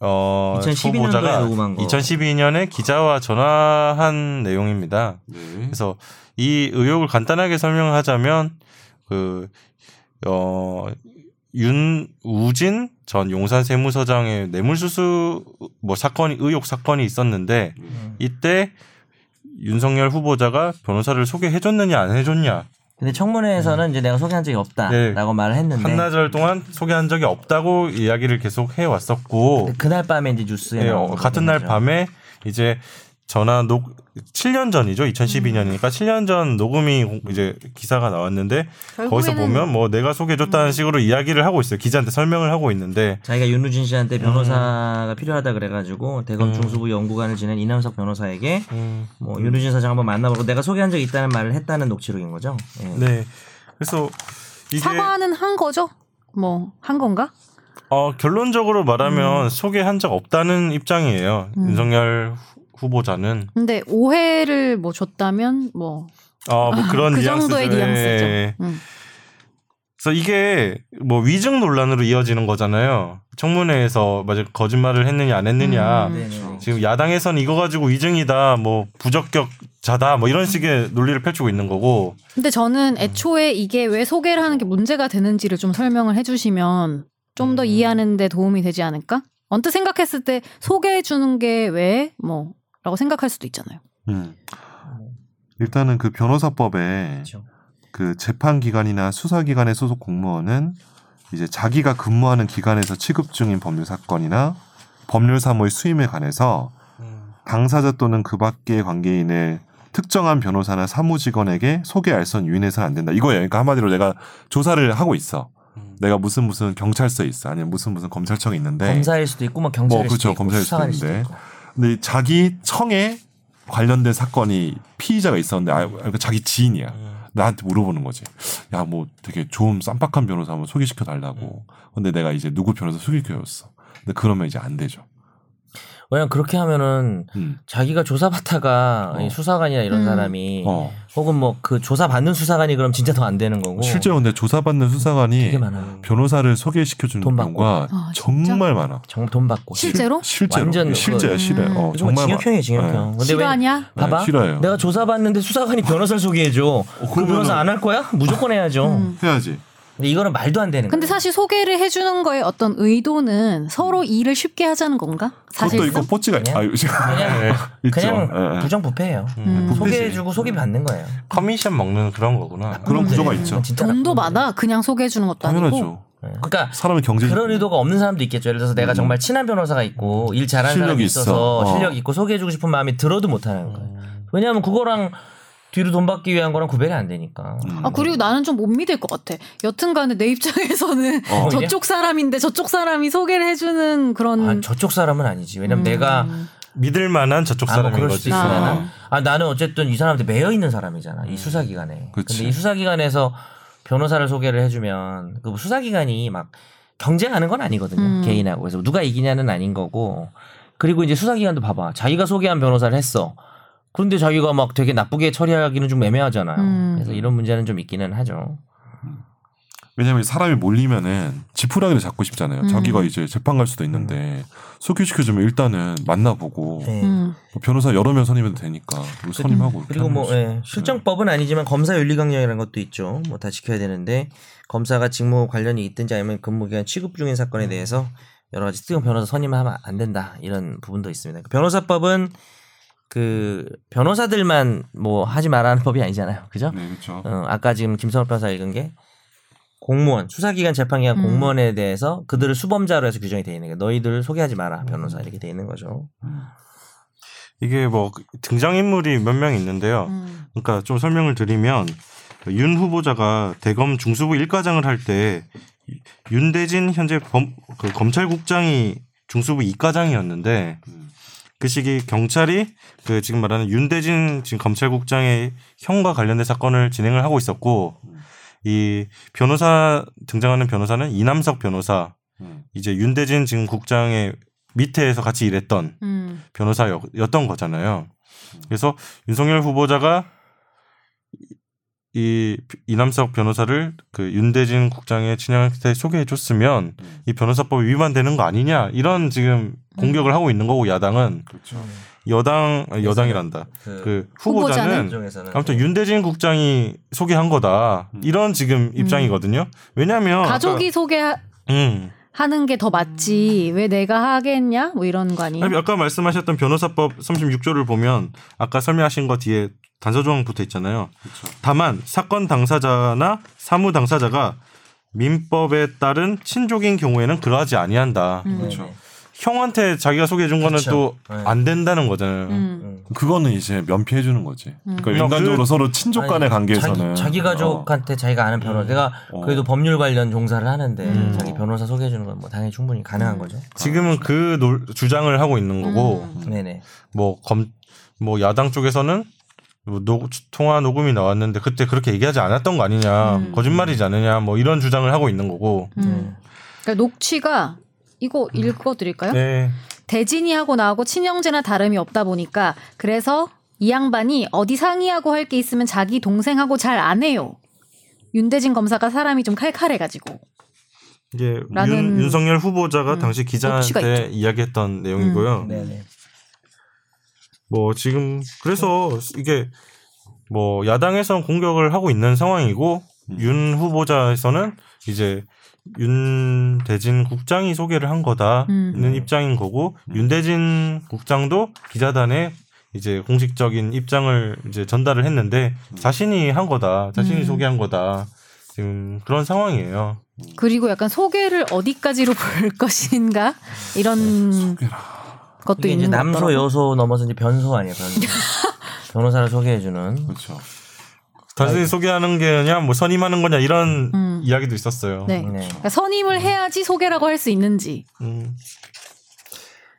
어
2012 년도에
후보자가
녹음한 거.
2012년에 기자와 전화한 내용입니다.
네.
그래서 이 의혹을 간단하게 설명하자면 그, 그어 윤우진 전 용산 세무서장의 뇌물수수 뭐 사건이 의혹 사건이 있었는데
음.
이때 윤석열 후보자가 변호사를 소개해 줬느냐 안 해줬냐
근데 청문회에서는 이제 내가 소개한
음.
적이
네.
없다라고 말을 했는데
한나절 동안 소개한 적이 없다고 이야기를 계속 해 왔었고
근데 그날 밤에 이제 뉴스에
예,
나온
어, 같은 날
거죠.
밤에 이제 전화 녹 7년 전이죠. 2012년이니까 7년 전 녹음이 공- 이제 기사가 나왔는데 거기서
결국에는- 음.
보면 뭐 내가 소개해줬다는 식으로 이야기를 하고 있어요. 기자한테 설명을 하고 있는데
자기가 윤우진 씨한테 변호사가
음.
필요하다 그래가지고 대검 중수부 연구관을 지낸 이남석 변호사에게
음.
뭐 윤우진 사장 한번 만나보고 내가 소개한 적이 있다는 말을 했다는 녹취록인 거죠. 예.
네. 그래서 이게
사과는 한 거죠? 뭐 한 건가?
어, 결론적으로 말하면 소개한 적 없다는 입장이에요.
음.
윤석열 후- 후보자는
근데 오해를 뭐 줬다면 뭐
아, 뭐 그런
그
뉘앙스죠.
정도의
예,
뉘앙스죠.
예.
음.
그래서 이게 뭐 위증 논란으로 이어지는 거잖아요. 청문회에서 맞아 거짓말을 했느냐 안
아,
했느냐.
음.
네네.
지금 야당에선 이거 가지고 위증이다, 뭐 부적격자다, 뭐 이런 식의 논리를 펼치고 있는 거고.
근데
음.
저는 애초에 이게 왜 소개를 하는 게 문제가 되는지를 좀 설명을 해주시면 좀
음.
더 이해하는데 도움이 되지 않을까? 언뜻 생각했을 때 소개해 주는 게 왜 뭐라고 생각할 수도 있잖아요.
음. 일단은 그 변호사법에
그렇죠.
그 재판기관이나 수사기관의 소속 공무원은 이제 자기가 근무하는 기관에서 취급 중인 법률 사건이나 법률 사무의 수임에 관해서
음.
당사자 또는 그 밖의 관계인을 특정한 변호사나 사무직원에게 소개 알선 유인해서는 안 된다. 이거예요. 그러니까 한마디로 내가 조사를 하고 있어.
음.
내가 무슨 무슨 경찰서에 있어. 아니면 무슨 무슨 검찰청에 있는데.
검사일 수도 있고 뭐 경찰일
네. 뭐, 그렇죠.
수도 있고
검사일 수도
수사관일
있는데.
수도 있고.
근데 자기 청에 관련된 사건이 피의자가 있었는데 아, 그러니까 자기
음.
지인이야. 나한테 물어보는 거지. 야, 뭐 되게 좀 쌈박한 변호사 한번
음.
소개시켜 달라고. 근데 내가 이제 누구 변호사 소개시켜줬어. 근데 그러면 이제 안 되죠.
왜냐면 그렇게 하면은
음.
자기가 조사받다가
어.
이 수사관이나 이런
음.
사람이
어.
혹은 뭐 그 조사받는 수사관이 그럼 진짜 더 안 되는 거고
실제로 음. 근데 조사받는 수사관이
되게 많아요.
변호사를 소개시켜주는
돈 받고.
경우가
아, 진짜?
정말 많아.
정, 돈 받고
실제로? 음.
실제로.
완전 그거-
실제야, 실해. 어,
요즘
정말
징역형이에요
네.
징역형 근데 왜
싫어하냐?
봐봐
네, 싫어요. 어,
내가 조사받는데 수사관이 변호사를 소개해줘 그 변호사 안 할 거야? 무조건 해야죠
음.
해야지.
근데 이거는 말도 안 되는
근데
거예요
사실 소개를 해주는 거에 어떤 의도는 서로 일을 쉽게 하자는 건가?
음. 그것도
사실상.
있고 뽀찌가 있- 아, 있죠.
네,
그냥,
예,
그냥
예.
부정부패예요
음.
소개해주고 속이 받는 거예요
커미션 먹는 그런 거구나.
음, 그런 구조가 있죠.
진짜
돈도
나쁜 거예요.
받아 그냥 소개해주는 것도 아니고.
음. 당연하죠.
네. 그러니까
사람의 경제 음.
그런 의도가 없는 사람도 있겠죠. 예를 들어서 내가 정말 친한 변호사가 있고 일 잘하는 사람이
실력이
있어서
있어. 어.
실력 있고 소개해주고 싶은 마음이 들어도 못하는 거예요. 왜냐하면 그거랑 뒤로 돈 받기 위한 거랑 구별이 안 되니까.
음.
아 그리고 나는 좀 못 믿을 것 같아. 여튼간에 내 입장에서는
어.
[LAUGHS] 저쪽 사람인데 저쪽 사람이 소개를 해주는 그런.
아, 저쪽 사람은 아니지.
음.
왜냐면 내가
믿을 만한 저쪽
아, 뭐
사람인
그럴
거지.
수도 있어.
아. 음.
나는, 아, 나는 어쨌든 이 사람한테 매여 있는 사람이잖아. 이 수사기관에.
그치.
근데 이 수사기관에서 변호사를 소개를 해주면 그 수사기관이 막 경쟁하는 건 아니거든요.
음.
개인하고. 그래서 누가 이기냐는 아닌 거고. 그리고 이제 수사기관도 봐봐. 자기가 소개한 변호사를 했어. 그런데 자기가 막 되게 나쁘게 처리하기는 좀 애매하잖아요.
음.
그래서 이런 문제는 좀 있기는 하죠.
왜냐면 사람이 몰리면은 지푸라기를 잡고 싶잖아요.
음.
자기가 이제 재판 갈 수도
음.
있는데 소개시켜주면 일단은 만나보고
네.
예.
음.
뭐 변호사 여러 명 선임해도 되니까 그리고 선임하고 이렇게
그리고
하는
뭐
거지.
예, 실정법은 아니지만 검사 윤리강령이라는 것도 있죠. 뭐 다 지켜야 되는데 검사가 직무 관련이 있든지 아니면 근무 기간 취급 중인 사건에 대해서 여러 가지 특용 변호사 선임하면 안 된다 이런 부분도 있습니다. 그 변호사법은 그 변호사들만 뭐 하지 말라는 법이 아니잖아요. 그죠?
네, 그렇죠.
어, 아까 지금 김성호 변호사 읽은 게 공무원 수사기관 재판기관
음.
공무원에 대해서 그들을 수범자로 해서 규정이 돼 있는 게 너희들 소개하지 마라 변호사 이렇게 돼 있는 거죠.
이게 뭐 등장 인물이 몇 명
어.
있는데요.
음.
그러니까 좀 설명을 드리면 윤 후보자가 대검 중수부 1과장을 할 때 윤대진 현재 범- 그 검찰국장이 중수부 2과장이었는데 그 시기 경찰이 그 지금 말하는 윤대진 지금 검찰국장의 형과 관련된 사건을 진행을 하고 있었고 이 변호사 등장하는 변호사는 이남석 변호사
음.
이제 윤대진 지금 국장의 밑에서 같이 일했던
음.
변호사였던 거잖아요. 그래서 윤석열 후보자가 이 이남석 변호사를 그 윤대진 국장의 친형한테 소개해 줬으면 이 변호사법이 위반되는 거 아니냐 이런 지금 공격을 하고 있는 거고 야당은 여당 아니, 여당이란다 그
후보자는?
후보자는 음.
중에서는
아무튼 윤대진 국장이 소개한 거다 이런 지금 입장이거든요 왜냐하면
가족이
아까, 음.
소개하는 게 더 맞지. 왜 내가 하겠냐? 뭐 이런 거 아니에요?
아니, 아까 말씀하셨던 변호사법 36조를 보면 아까 설명하신 거 뒤에 단서 조항 붙어 있잖아요. 다만 사건 당사자나 사무 당사자가 민법에 따른 친족인 경우에는 그러하지 아니한다.
그렇죠.
형한테 자기가 소개해 준 거는
그쵸.
또 안 된다는 거잖아요.
음.
그거는 이제 면피해 주는 거지. 그러니까
음.
인간적으로
그-
서로 친족 간의 관계에서는
자기,
어,
자기
어.
가족한테 자기가 아는
음.
변호사 내가 그래도 법률 관련 종사를 하는데 자기 변호사 소개해 주는 건 뭐 당연히 충분히
음.
가능한 거죠.
지금은 그 놀- 주장을 하고 있는 거고
음.
네네.
뭐 검 뭐 야당 쪽에서는 뭐 녹- 통화 녹음이 나왔는데 그때 그렇게 얘기하지 않았던 거 아니냐 거짓말이지 않느냐 뭐 이런 주장을 하고 있는 거고
네.
음. 그러니까 녹취가 이거 읽어드릴까요?
네.
대진이 하고 나하고 친형제나 다름이 없다 보니까 그래서 이 양반이 어디 상의하고 할 게 있으면 자기 동생하고 잘 안 해요. 윤대진 검사가 사람이 좀 칼칼해가지고.
이게
라는- 음,
윤, 윤석열 후보자가 당시
녹취가 음,
기자한테 이야기했던 내용이고요.
네네.
뭐 지금
그렇죠.
그래서 이게 뭐 야당에서는 공격을 하고 있는 상황이고 윤 후보자에서는 이제 윤대진 국장이 소개를 한 거다는
음.
입장인 거고 윤대진 국장도 기자단에 이제 공식적인 입장을 이제 전달을 했는데 자신이 한 거다, 자신이
음.
소개한 거다 지금 그런 상황이에요.
그리고 약간 소개를 어디까지로 [LAUGHS] 볼 것인가? 이런 것도
이게 이제
있는 것
남소
같더라고요.
여소 넘어서 이제 변소 아니에요
[LAUGHS]
변소. 변호사를 소개해 주는.
그렇죠.
단순히 소개하는 게냐, 뭐 선임하는 거냐 이런
네. 음.
이야기도 있었어요.
네.
네.
그러니까 선임을 해야지 소개라고 할 수 있는지.
음.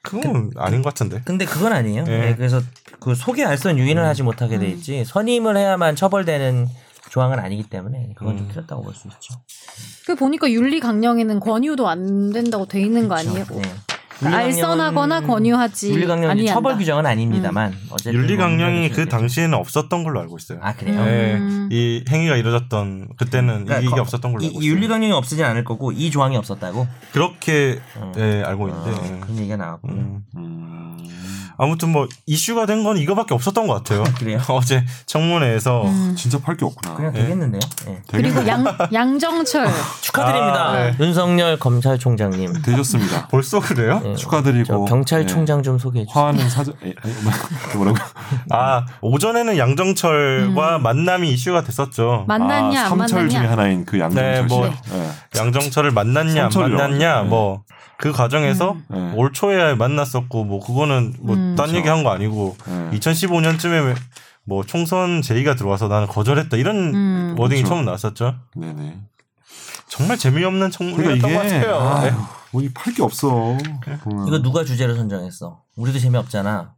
그건 아닌 것 같은데.
근데 그건 아니에요.
네.
네, 그래서 그 소개 알선
네.
유인을 하지 못하게
음.
돼 있지 선임을 해야만 처벌되는 조항은 아니기 때문에 그건
음.
좀 틀렸다고 볼 수 있죠.
그 보니까 윤리 강령에는 권유도 안 된다고 돼 있는 거 아니에요?
네.
알선하거나 권유하지
윤리강령이
아니한다. 음.
처벌 규정은 아닙니다만 어쨌든
윤리강령이
법률에서
그
이제-
당시에는 없었던 걸로 알고 있어요.
아 그래요.
예,
음.
이 행위가 이루어졌던 그때는
그러니까
이게
거-
없었던 걸로
이,
알고
이
있어요.
윤리강령이 없어지진 않을 거고 이 조항이 없었다고
그렇게
어.
예, 알고
아,
있는데 예.
그런 얘기가 나왔고 요
음. 아무튼 뭐 이슈가 된 건 이거밖에 없었던 것
[LAUGHS]
같아요. [LAUGHS]
그래요?
어제 청문회에서
음.
진짜 팔 게 없구나.
그냥 되겠는데요. 예.
그리고 양 양정철
축하드립니다.
아, 네.
윤석열 검찰총장님. [LAUGHS]
되셨습니다.
벌써 그래요?
예. 저
축하드리고 네.
경찰총장 좀 소개해 주세요.
화하는 사전 에, 에, 뭐라고
아 오전에는
음.
양정철과 만남이 이슈가 됐었죠.
만났냐
아,
안
삼철 중에
만났냐
하나인 그 양정철
네,
씨.
뭐.
예.
양정철을 만났냐 안
삼철이라고
만났냐
하죠.
뭐 그 과정에서
음.
올 초에 만났었고 뭐 그거는 뭐
음.
딴 얘기한 거 아니고
음.
2015년쯤에 뭐 총선 제의가 들어와서 나는 거절했다 이런
음.
워딩이
그렇죠.
처음 나왔었죠.
네네.
정말 재미없는 청문회였던
그러니까
것
이게
같아요. 네.
아유, 뭐이 팔 게 없어. 보면.
이거 누가 주제로 선정했어? 우리도 재미없잖아.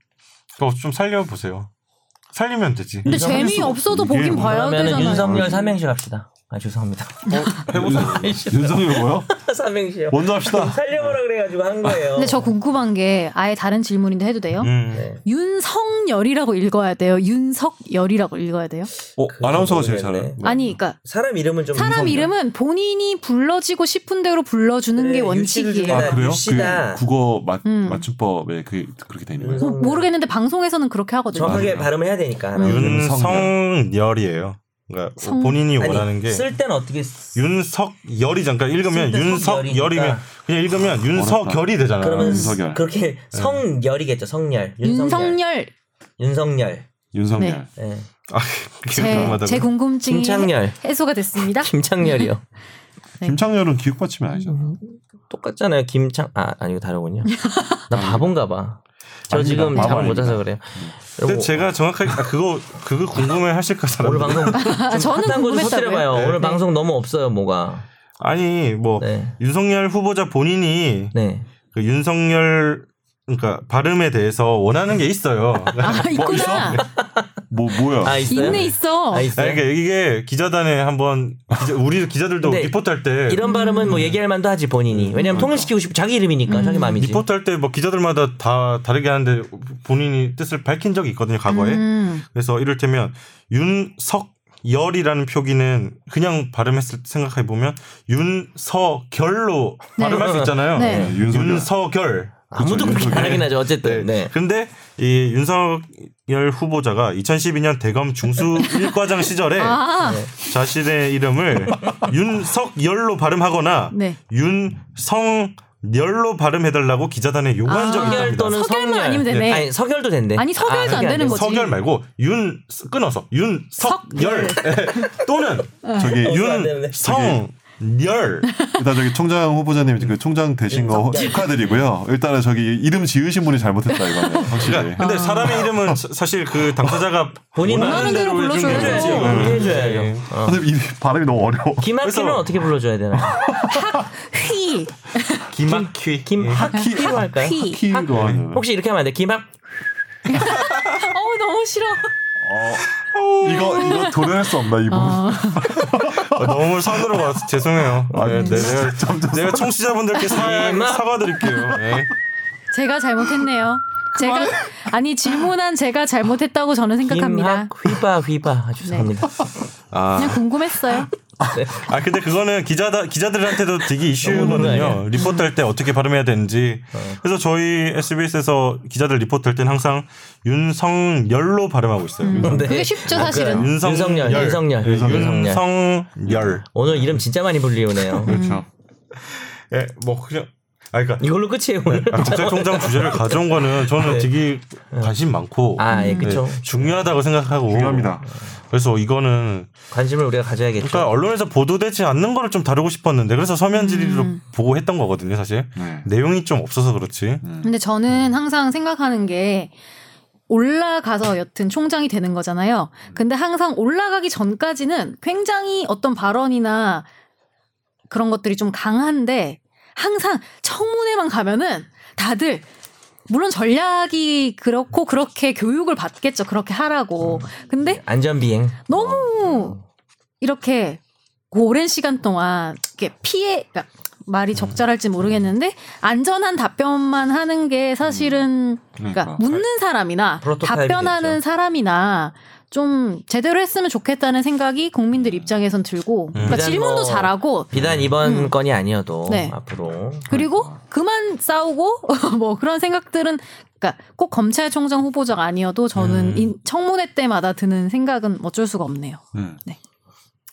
그거 좀 살려보세요. 살리면 되지.
근데
이상할
재미
수가
없어도
없- 이게
보긴 봐야
그러면
되잖아요.
윤석열 삼행시 갑시다. 아 죄송합니다. [LAUGHS]
윤석열 뭐요?
삼행시요. 아,
먼저 합시다.
뭐, 살려보라 그래가지고 한 거예요.
근데 저 궁금한 게 아예 다른 질문인데 해도 돼요?
음.
네.
윤석열이라고 읽어야 돼요. 윤석열이라고 읽어야 돼요.
어,
그
아나운서가 제일
모르겠네.
잘해.
아니, 그러니까
사람 이름은 좀
사람
음. 윤석열.
이름은 본인이 불러지고 싶은 대로 불러주는
그래,
게
네, 유치를
원칙이에요. 뭐
좀 해라.
아 그래요?
유씨다.
그 국어 맞,
음.
맞춤법에 그 그렇게 돼 있는
어,
거예요.
윤석-
모르겠는데 방송에서는 그렇게 하거든요.
정확하게
맞아요.
발음을 해야 되니까.
네,
음.
윤성열이에요. 그러니까
성-
본인이
아니,
원하는 게
쓸 때는 어떻게 쓰...
윤석열이잖아. 그러니까 읽으면
쓸때
윤석열이면
석열이니까.
그냥
아,
읽으면 윤석열이 되잖아.
그러면
윤석열.
그렇게 성열이겠죠. 성열. 윤성열.
윤석열
윤성열.
네.
윤석열.
예.
제, 제 궁금증이
김창렬.
해소가 됐습니다.
김창열이요.
네. 음.
김창렬은 기육받침이 아니잖아.
똑같잖아요. 김창 아 아니고 다르군요. 나 바본가 봐. 저
아닙니다.
지금
바보
잠을 못
아닙니다.
자서 그래요.
근데
여보,
제가 정확하게 아, 그거 그거 궁금해 하실 거 사람.
오늘 방송
아, 저는
딴 거좀
궁금했다고요.
터뜨려봐요. 오늘
네.
방송 너무 없어요 뭐가.
아니 뭐
네.
윤석열 후보자 본인이
네.
그 윤석열 그러니까 발음에 대해서 원하는 게
[LAUGHS]
있어요.
아 있구나.
뭐 뭐야?
아 있어요.
있네 있어.
아 있어요.
아니, 그러니까 이게 기자단에 한번 기자- 우리 기자들도
근데
리포트 할때
이런 발음은 뭐 얘기할 만도 하지 본인이. 왜냐면 통일시키고 싶 자기 이름이니까 자기 마음이지.
리포트 할 때 뭐 기자들마다 다 다르게 하는데 본인이 뜻을 밝힌 적이 있거든요 과거에.
음.
그래서 이를테면 윤석열이라는 표기는 그냥 발음했을 때 생각해 보면 윤서결로 발음할 수 있잖아요.
네.
네, 윤석열.
윤서결.
아무도 그렇게 안 하긴 하죠. 어쨌든 네.
근데 이 윤석열 후보자가 2012년 대검
[LAUGHS]
중수 1과장 시절에
아
자신의 이름을 윤석열로 발음하거나
네.
윤성열로 발음해달라고 기자단에 요구한
아,
적이
석열
있답니다.
또는
석열만
성열.
아니면 되네.
아니 석열도 된대.
아니, 석열도 안
그게
되는
돼요.
거지.
석열 말고 윤 끊어서 윤석열 [LAUGHS] 또는
아. 저기
어, 안 되는데.
윤성열
일단 저기 총장 후보자님 그 총장 되신 거
윤석열.
축하드리고요. 일단은 저기 이름 지으신 분이
[LAUGHS]
잘못했다 이거는 확실히.
그러니까
어.
근데 사람의 이름은 사- 사실 그 당사자가
네. 아. 본인
원하는 대로 불러줘야죠.
해주는 거지.
그렇게 네.
네.
해줘야죠.
근데 이 발음이 너무 어려워.
김학휘는
그래서-
어떻게 불러줘야 되나?
휘.
김학휘
김학휘로 할까요?
휘.
키로 하는.
아, 혹시 이렇게 하면 안 돼? 김학
어우 너무 싫어.
이거 이거 도려낼 수 없나 이 부분.
아, 너무 선으로 와서
[LAUGHS]
죄송해요.
아,
네, 네, 내가, 내가 청취자분들께 사,
김학-
사과드릴게요. 네.
제가 잘못했네요. 제가 아니 질문한 제가 잘못했다고 저는 생각합니다. 네.
김학휘바 휘바 아,
[LAUGHS]
죄송합니다.
아,
그냥 궁금했어요.
아 근데 그거는 기자다 기자들한테도 되게 이슈거든요. 리포트 할 때 어떻게 발음해야 되는지.
네.
그래서 저희 SBS에서 기자들 리포트 할 때는 항상 윤성열로 발음하고 있어요.
네.
그게 쉽죠 사실은.
윤성-
윤석열,
열.
윤석열,
예,
윤석열.
윤성열.
오늘 이름 진짜 많이 불리우네요.
그렇죠.
예, 뭐 그냥 아 그러니까
이걸로 끝이에요 오늘. [LAUGHS]
국제통장 주제를 가져온 거는 저는 되게 관심 많고
네. 아, 예, 그쵸.
네, 중요하다고 생각하고
중요합니다.
그래서 이거는
관심을 우리가 가져야겠죠.
그렇죠.
그러니까 언론에서 보도되지 않는 거를 좀 다루고 싶었는데 그래서 서면 질의로
음.
보고했던 거거든요, 사실.
네.
내용이 좀 없어서 그렇지.
근데 저는 항상 생각하는 게 올라가서 여튼 총장이 되는 거잖아요. 근데 항상 올라가기 전까지는 굉장히 어떤 발언이나 그런 것들이 좀 강한데 항상 청문회만 가면은 다들 물론 전략이 그렇고 그렇게 교육을 받겠죠. 그렇게 하라고. 근데
안전 비행. 아.
그 너무 이렇게 오랜 시간 동안 이렇게 피해 그러니까 말이
음.
적절할지 모르겠는데 안전한 답변만 하는 게 사실은 그러니까
그러니까.
묻는 사람이나
음. 프로토타입이
답변하는 사람이나 좀 제대로 했으면 좋겠다는 생각이 국민들 입장에선 들고 그러니까
일단
질문도
음. 뭐
잘하고
비단 이번 건이 아니어도
음. 네.
앞으로
그리고
그러니까.
그만 싸우고 [LAUGHS] 뭐 그런 생각들은 그러니까 꼭 검찰총장 후보자가 아니어도 저는
음.
인- 청문회 때마다 드는 생각은 어쩔 수가 없네요.
음.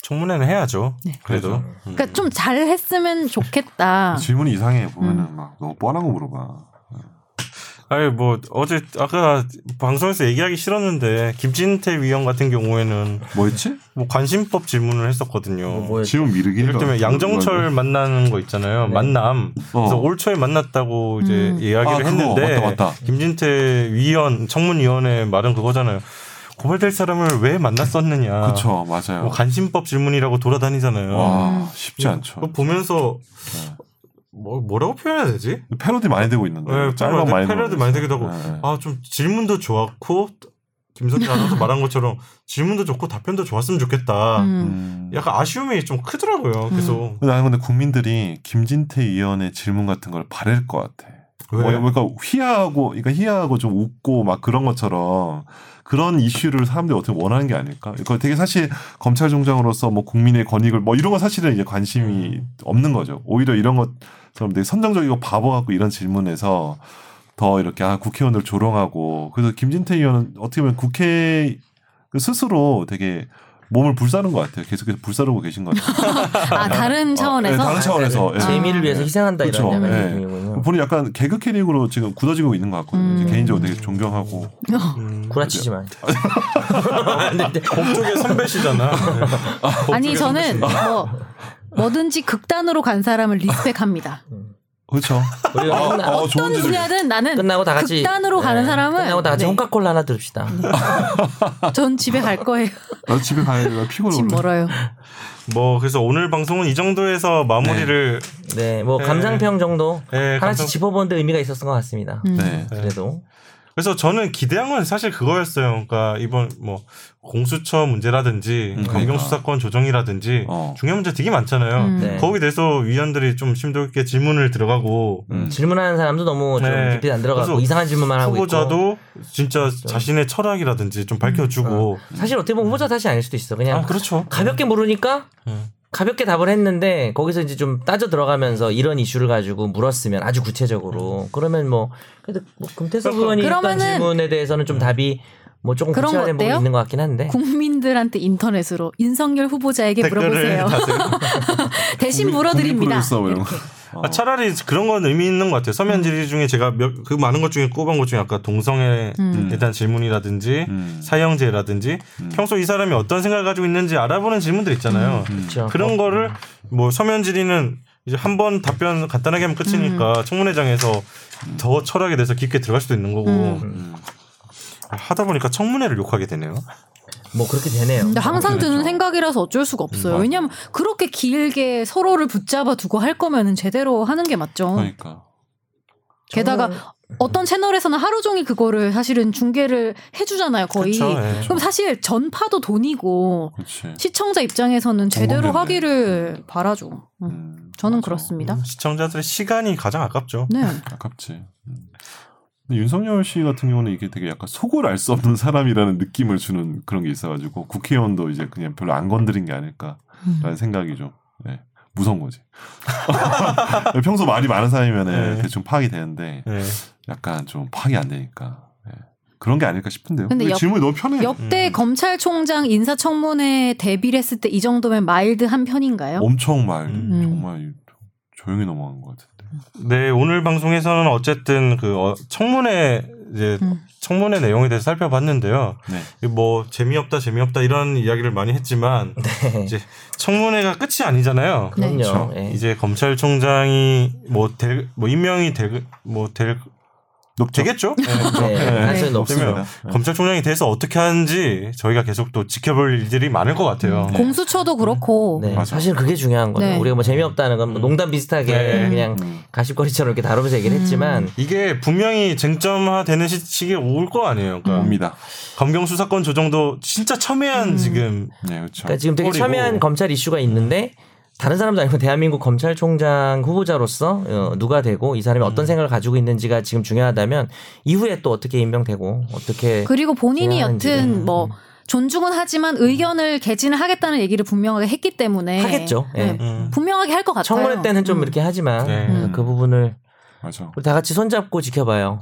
청문회는 해야죠.
네.
그래도
그렇죠.
음.
그러니까 좀 잘했으면 좋겠다.
질문이 이상해 보면은 막 너무 뻔한 거 물어봐.
아니 뭐 어제 아까 방송에서 얘기하기 싫었는데 김진태 위원 같은 경우에는
뭐였지?
뭐 관심법 질문을 했었거든요.
뭐였
지금 미르기. 어.
이럴 때면 양정철 만나는 거 있잖아요.
네.
만남. 그래서 올 초에 만났다고 이제
음.
아,
이야기를
그거.
했는데
맞다, 맞다.
김진태 위원 청문위원회 말은 그거잖아요. 고발될 사람을 왜 만났었느냐.
그쵸 맞아요.
뭐 관심법 질문이라고 돌아다니잖아요.
어. 와 쉽지 않죠.
그거 보면서 뭐, 뭐라고 표현해야 되지?
패러디 많이 되고 있는데.
네,
짤방
패러디-
많이
패러디
되고
많이
있어요.
되기도 하고.
네, 네.
아, 좀 질문도 좋았고, 김선태
[LAUGHS]
아나운서 말한 것처럼 질문도 좋고 답변도 좋았으면 좋겠다.
음.
음.
약간 아쉬움이 좀 크더라고요. 그래서.
나는 근데 국민들이 김진태 의원의 질문 같은 걸 바랄 것 같아. 뭐, 그러니까 희야하고, 그러니까 희야하고 좀 웃고 막 그런 것처럼 그런 이슈를 사람들이 어떻게 원하는 게 아닐까? 그거 되게 사실 검찰총장으로서 뭐 국민의 권익을 뭐 이런 거 사실은 이제 관심이 없는 거죠. 오히려 이런 것처럼 되게 선정적이고 바보 같고 이런 질문에서 더 이렇게 아 국회의원을 조롱하고 그래서 김진태 의원은 어떻게 보면 국회 그 스스로 되게 몸을 불사르는 것 같아요. 계속해서 불사르고 계신 것 같아요.
아 다른 차원에서
네, 다른 차원에서 예.
재미를
음.
위해서 희생한다
그쵸,
이런
예.
약간 느낌이군요.
본인 약간 개그 캐릭으로 지금 굳어지고 있는 것 같거든요. 이제
음.
개인적으로 되게 존경하고
어.
구라치지 마.
음, 법조계
[LAUGHS]
선배시잖아. 네.
아니 저는 뭐 뭐든지 극단으로 간 사람을
[LAUGHS]
리스펙합니다.
그렇죠.
아,
우리가 끝나-
어,
어떤 분야든 나는
끝나고 다 같이
극단으로
네,
가는 사람은
끝나고 다 같이
네,
홍카콜라 하나 들읍시다.
전 집에 갈
[LAUGHS]
거예요.
나 집에 가야 돼. 나 피곤해.
집 멀어요.
뭐 그래서 오늘 방송은 이 정도에서 마무리를
네, 뭐 감상평 정도
예,
하나씩
감상-
짚어보는데 의미가 있었던 것 같습니다.
음.
네.
그래도
그래서 저는 기대한 건 사실 그거였어요. 그러니까 이번 뭐 공수처 문제라든지
음,
검경
그러니까.
수사권 조정이라든지
어.
중요한 문제 되게 많잖아요.
음.
네.
거기 대해서 위원들이 좀 심도 있게 질문을 들어가고
음.
질문하는 사람도 너무 뭐 좀
네.
깊이 안 들어가고
그래서
이상한 질문만 하고 있고.
후보자도 진짜 자신의 철학이라든지 좀 밝혀주고
사실 어떻게 보면 후보자 탓이 아닐 수도 있어. 그냥
음. 아 그렇죠.
가볍게 물으니까
음.
가볍게 답을 했는데 거기서 이제 좀 따져 들어가면서 이런 이슈를 가지고 물었으면 아주
음.
구체적으로 그러면 뭐 그래도 뭐 금태섭
그러니까
의원이 했던
그러면은-
질문에 대해서는 좀 답이 뭐 조금
그런 거
구체화된 부분이
어때요?
있는 것 같긴 한데
국민들한테 인터넷으로 인성열 후보자에게 물어보세요. [LAUGHS] 대신
국민-
물어드립니다.
국민 프로듀서 뭐 이런 거.
아, 차라리 그런 건 의미 있는 것 같아요.
음.
서면 질의 중에 제가 몇, 그 많은 것 중에 꼽은 것 중에 아까 동성애에
음.
대한 질문이라든지
음.
사형제라든지
음.
평소 이 사람이 어떤 생각을 가지고 있는지 알아보는 질문들 있잖아요.
음.
그렇죠.
그런 거를 뭐 서면 질의는 이제 한 번 답변 간단하게 하면 끝이니까
음.
청문회장에서 더 철학에 대해서 깊게 들어갈 수도 있는 거고
음.
아, 하다 보니까 청문회를 욕하게 되네요.
뭐 그렇게 되네요.
근데 항상 드는 생각이라서 어쩔 수가 없어요.
음.
왜냐면 그렇게 길게 서로를 붙잡아 두고 할 거면은 제대로 하는 게 맞죠.
그러니까.
게다가 어떤 채널에서는 하루 종일 그거를 사실은 중계를 해주잖아요, 거의.
그쵸, 예.
그럼 사실 전파도 돈이고
그렇지.
시청자 입장에서는 제대로
전공됐네.
하기를 바라죠. 음,
음,
저는
맞아.
그렇습니다.
시청자들의 시간이 가장 아깝죠.
네.
아깝지. 음. 근데 윤석열 씨 같은 경우는 이게 되게 약간 속을 알 수 없는 [LAUGHS] 사람이라는 느낌을 주는 그런 게 있어가지고 국회의원도 이제 그냥 별로 안 건드린 게 아닐까라는
음.
생각이 좀 예, 무서운 거지. [LAUGHS] 네, 평소 말이 많은 사람이면 은
네.
대충 파악이 되는데
예.
약간 좀 파악이 안 되니까 예. 그런 게 아닐까 싶은데요.
근데
근데
옆-
질문이 너무 편해.
역대 검찰총장 인사청문회 대비를 했을 때 이 정도면 마일드한 편인가요?
엄청 말
음.
정말 조용히 넘어간 것 같은데.
네, 오늘 방송에서는 어쨌든 그 어, 청문회 이제
음.
청문회 내용에 대해서 살펴봤는데요.
네.
뭐 재미없다 재미없다 이런 이야기를 많이 했지만 이제 청문회가 끝이 아니잖아요.
네.
그럼요. 예.
이제 검찰총장이 뭐 될 뭐 임명이 될뭐될 되겠죠?
네.
그렇죠.
단순히 높습니다.
되면 검찰총장이 돼서 어떻게 하는지 저희가 계속 또 지켜볼 일들이 많을 것 같아요.
음, 네.
네.
공수처도 그렇고
음. 네,
맞아.
사실 그게 중요한 거예요.
네.
우리가 뭐 재미없다는 건뭐 농담 비슷하게
음. 네.
그냥 가십거리처럼 이렇게 다루면서 얘기를 했지만
이게 분명히 쟁점화되는 시- 시기에 올 거 아니에요. 그러니까
옵니다.
검경 수사권 조정도 진짜 첨예한 지금
네, 그렇죠.
그러니까 지금 되게
꼴이고.
첨예한 검찰 이슈가 있는데 다른 사람도 아니고 대한민국 검찰총장 후보자로서 어, 누가 되고 이 사람이 어떤 생각을 가지고 있는지가 지금 중요하다면 이후에 또 어떻게 임명되고 어떻게
그리고 본인이
진행하는지. 음.
여튼 뭐 존중은 하지만 의견을 개진을 하겠다는 얘기를 분명하게 했기 때문에 네.
하겠죠. 예.
음.
분명하게 할 것 같아요.
청문회 때는 좀
음.
이렇게 하지만
네.
어, 그 부분을
맞아.
우리 다 같이 손잡고 지켜봐요.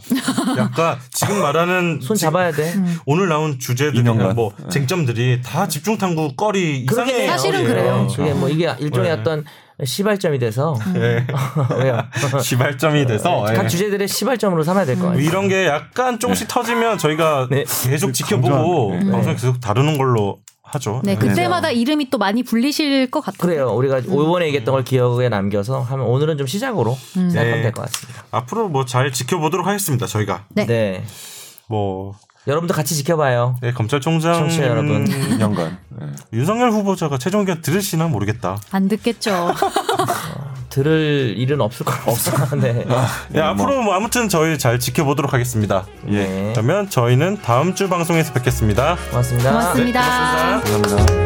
약간 지금 말하는
손
지-
잡아야 돼.
오늘 나온 주제들이나
인형만.
뭐 쟁점들이 다 집중 탐구 거리
그러긴
이상해요.
해요.
사실은
예.
그래요.
그게 뭐 이게 일종의
네.
어떤 시발점이 돼서
예.
[LAUGHS] 왜요?
시발점이 돼서
네.
예.
각 주제들의 시발점으로 삼아야 될 것 같아요.
뭐 이런 게 약간 조금씩 터지면 저희가
네.
계속 지켜보고
강조하네.
방송 계속 다루는 걸로 하죠.
네, 그때마다 이름이 또 많이 불리실 것 같아요.
그래요. 우리가 이번에 얘기했던 걸 기억에 남겨서 하면 오늘은 좀 시작으로 생각하면
네.
될 것 같습니다.
앞으로 뭐 잘 지켜보도록 하겠습니다. 저희가
네.
네.
뭐
여러분도 같이 지켜봐요.
네, 검찰총장
청취자 여러분.
2년간.
윤석열 후보자가 최종 의견 들으시나 모르겠다.
안 듣겠죠.
들을 일은 없을 것 같습니다. [LAUGHS] 네.
네, 앞으로 뭐 아무튼 저희 잘 지켜보도록 하겠습니다. 예.
네.
그러면 저희는 다음 주 방송에서 뵙겠습니다.
고맙습니다.
고맙습니다.
아, 네, 고맙습니다.
감사합니다.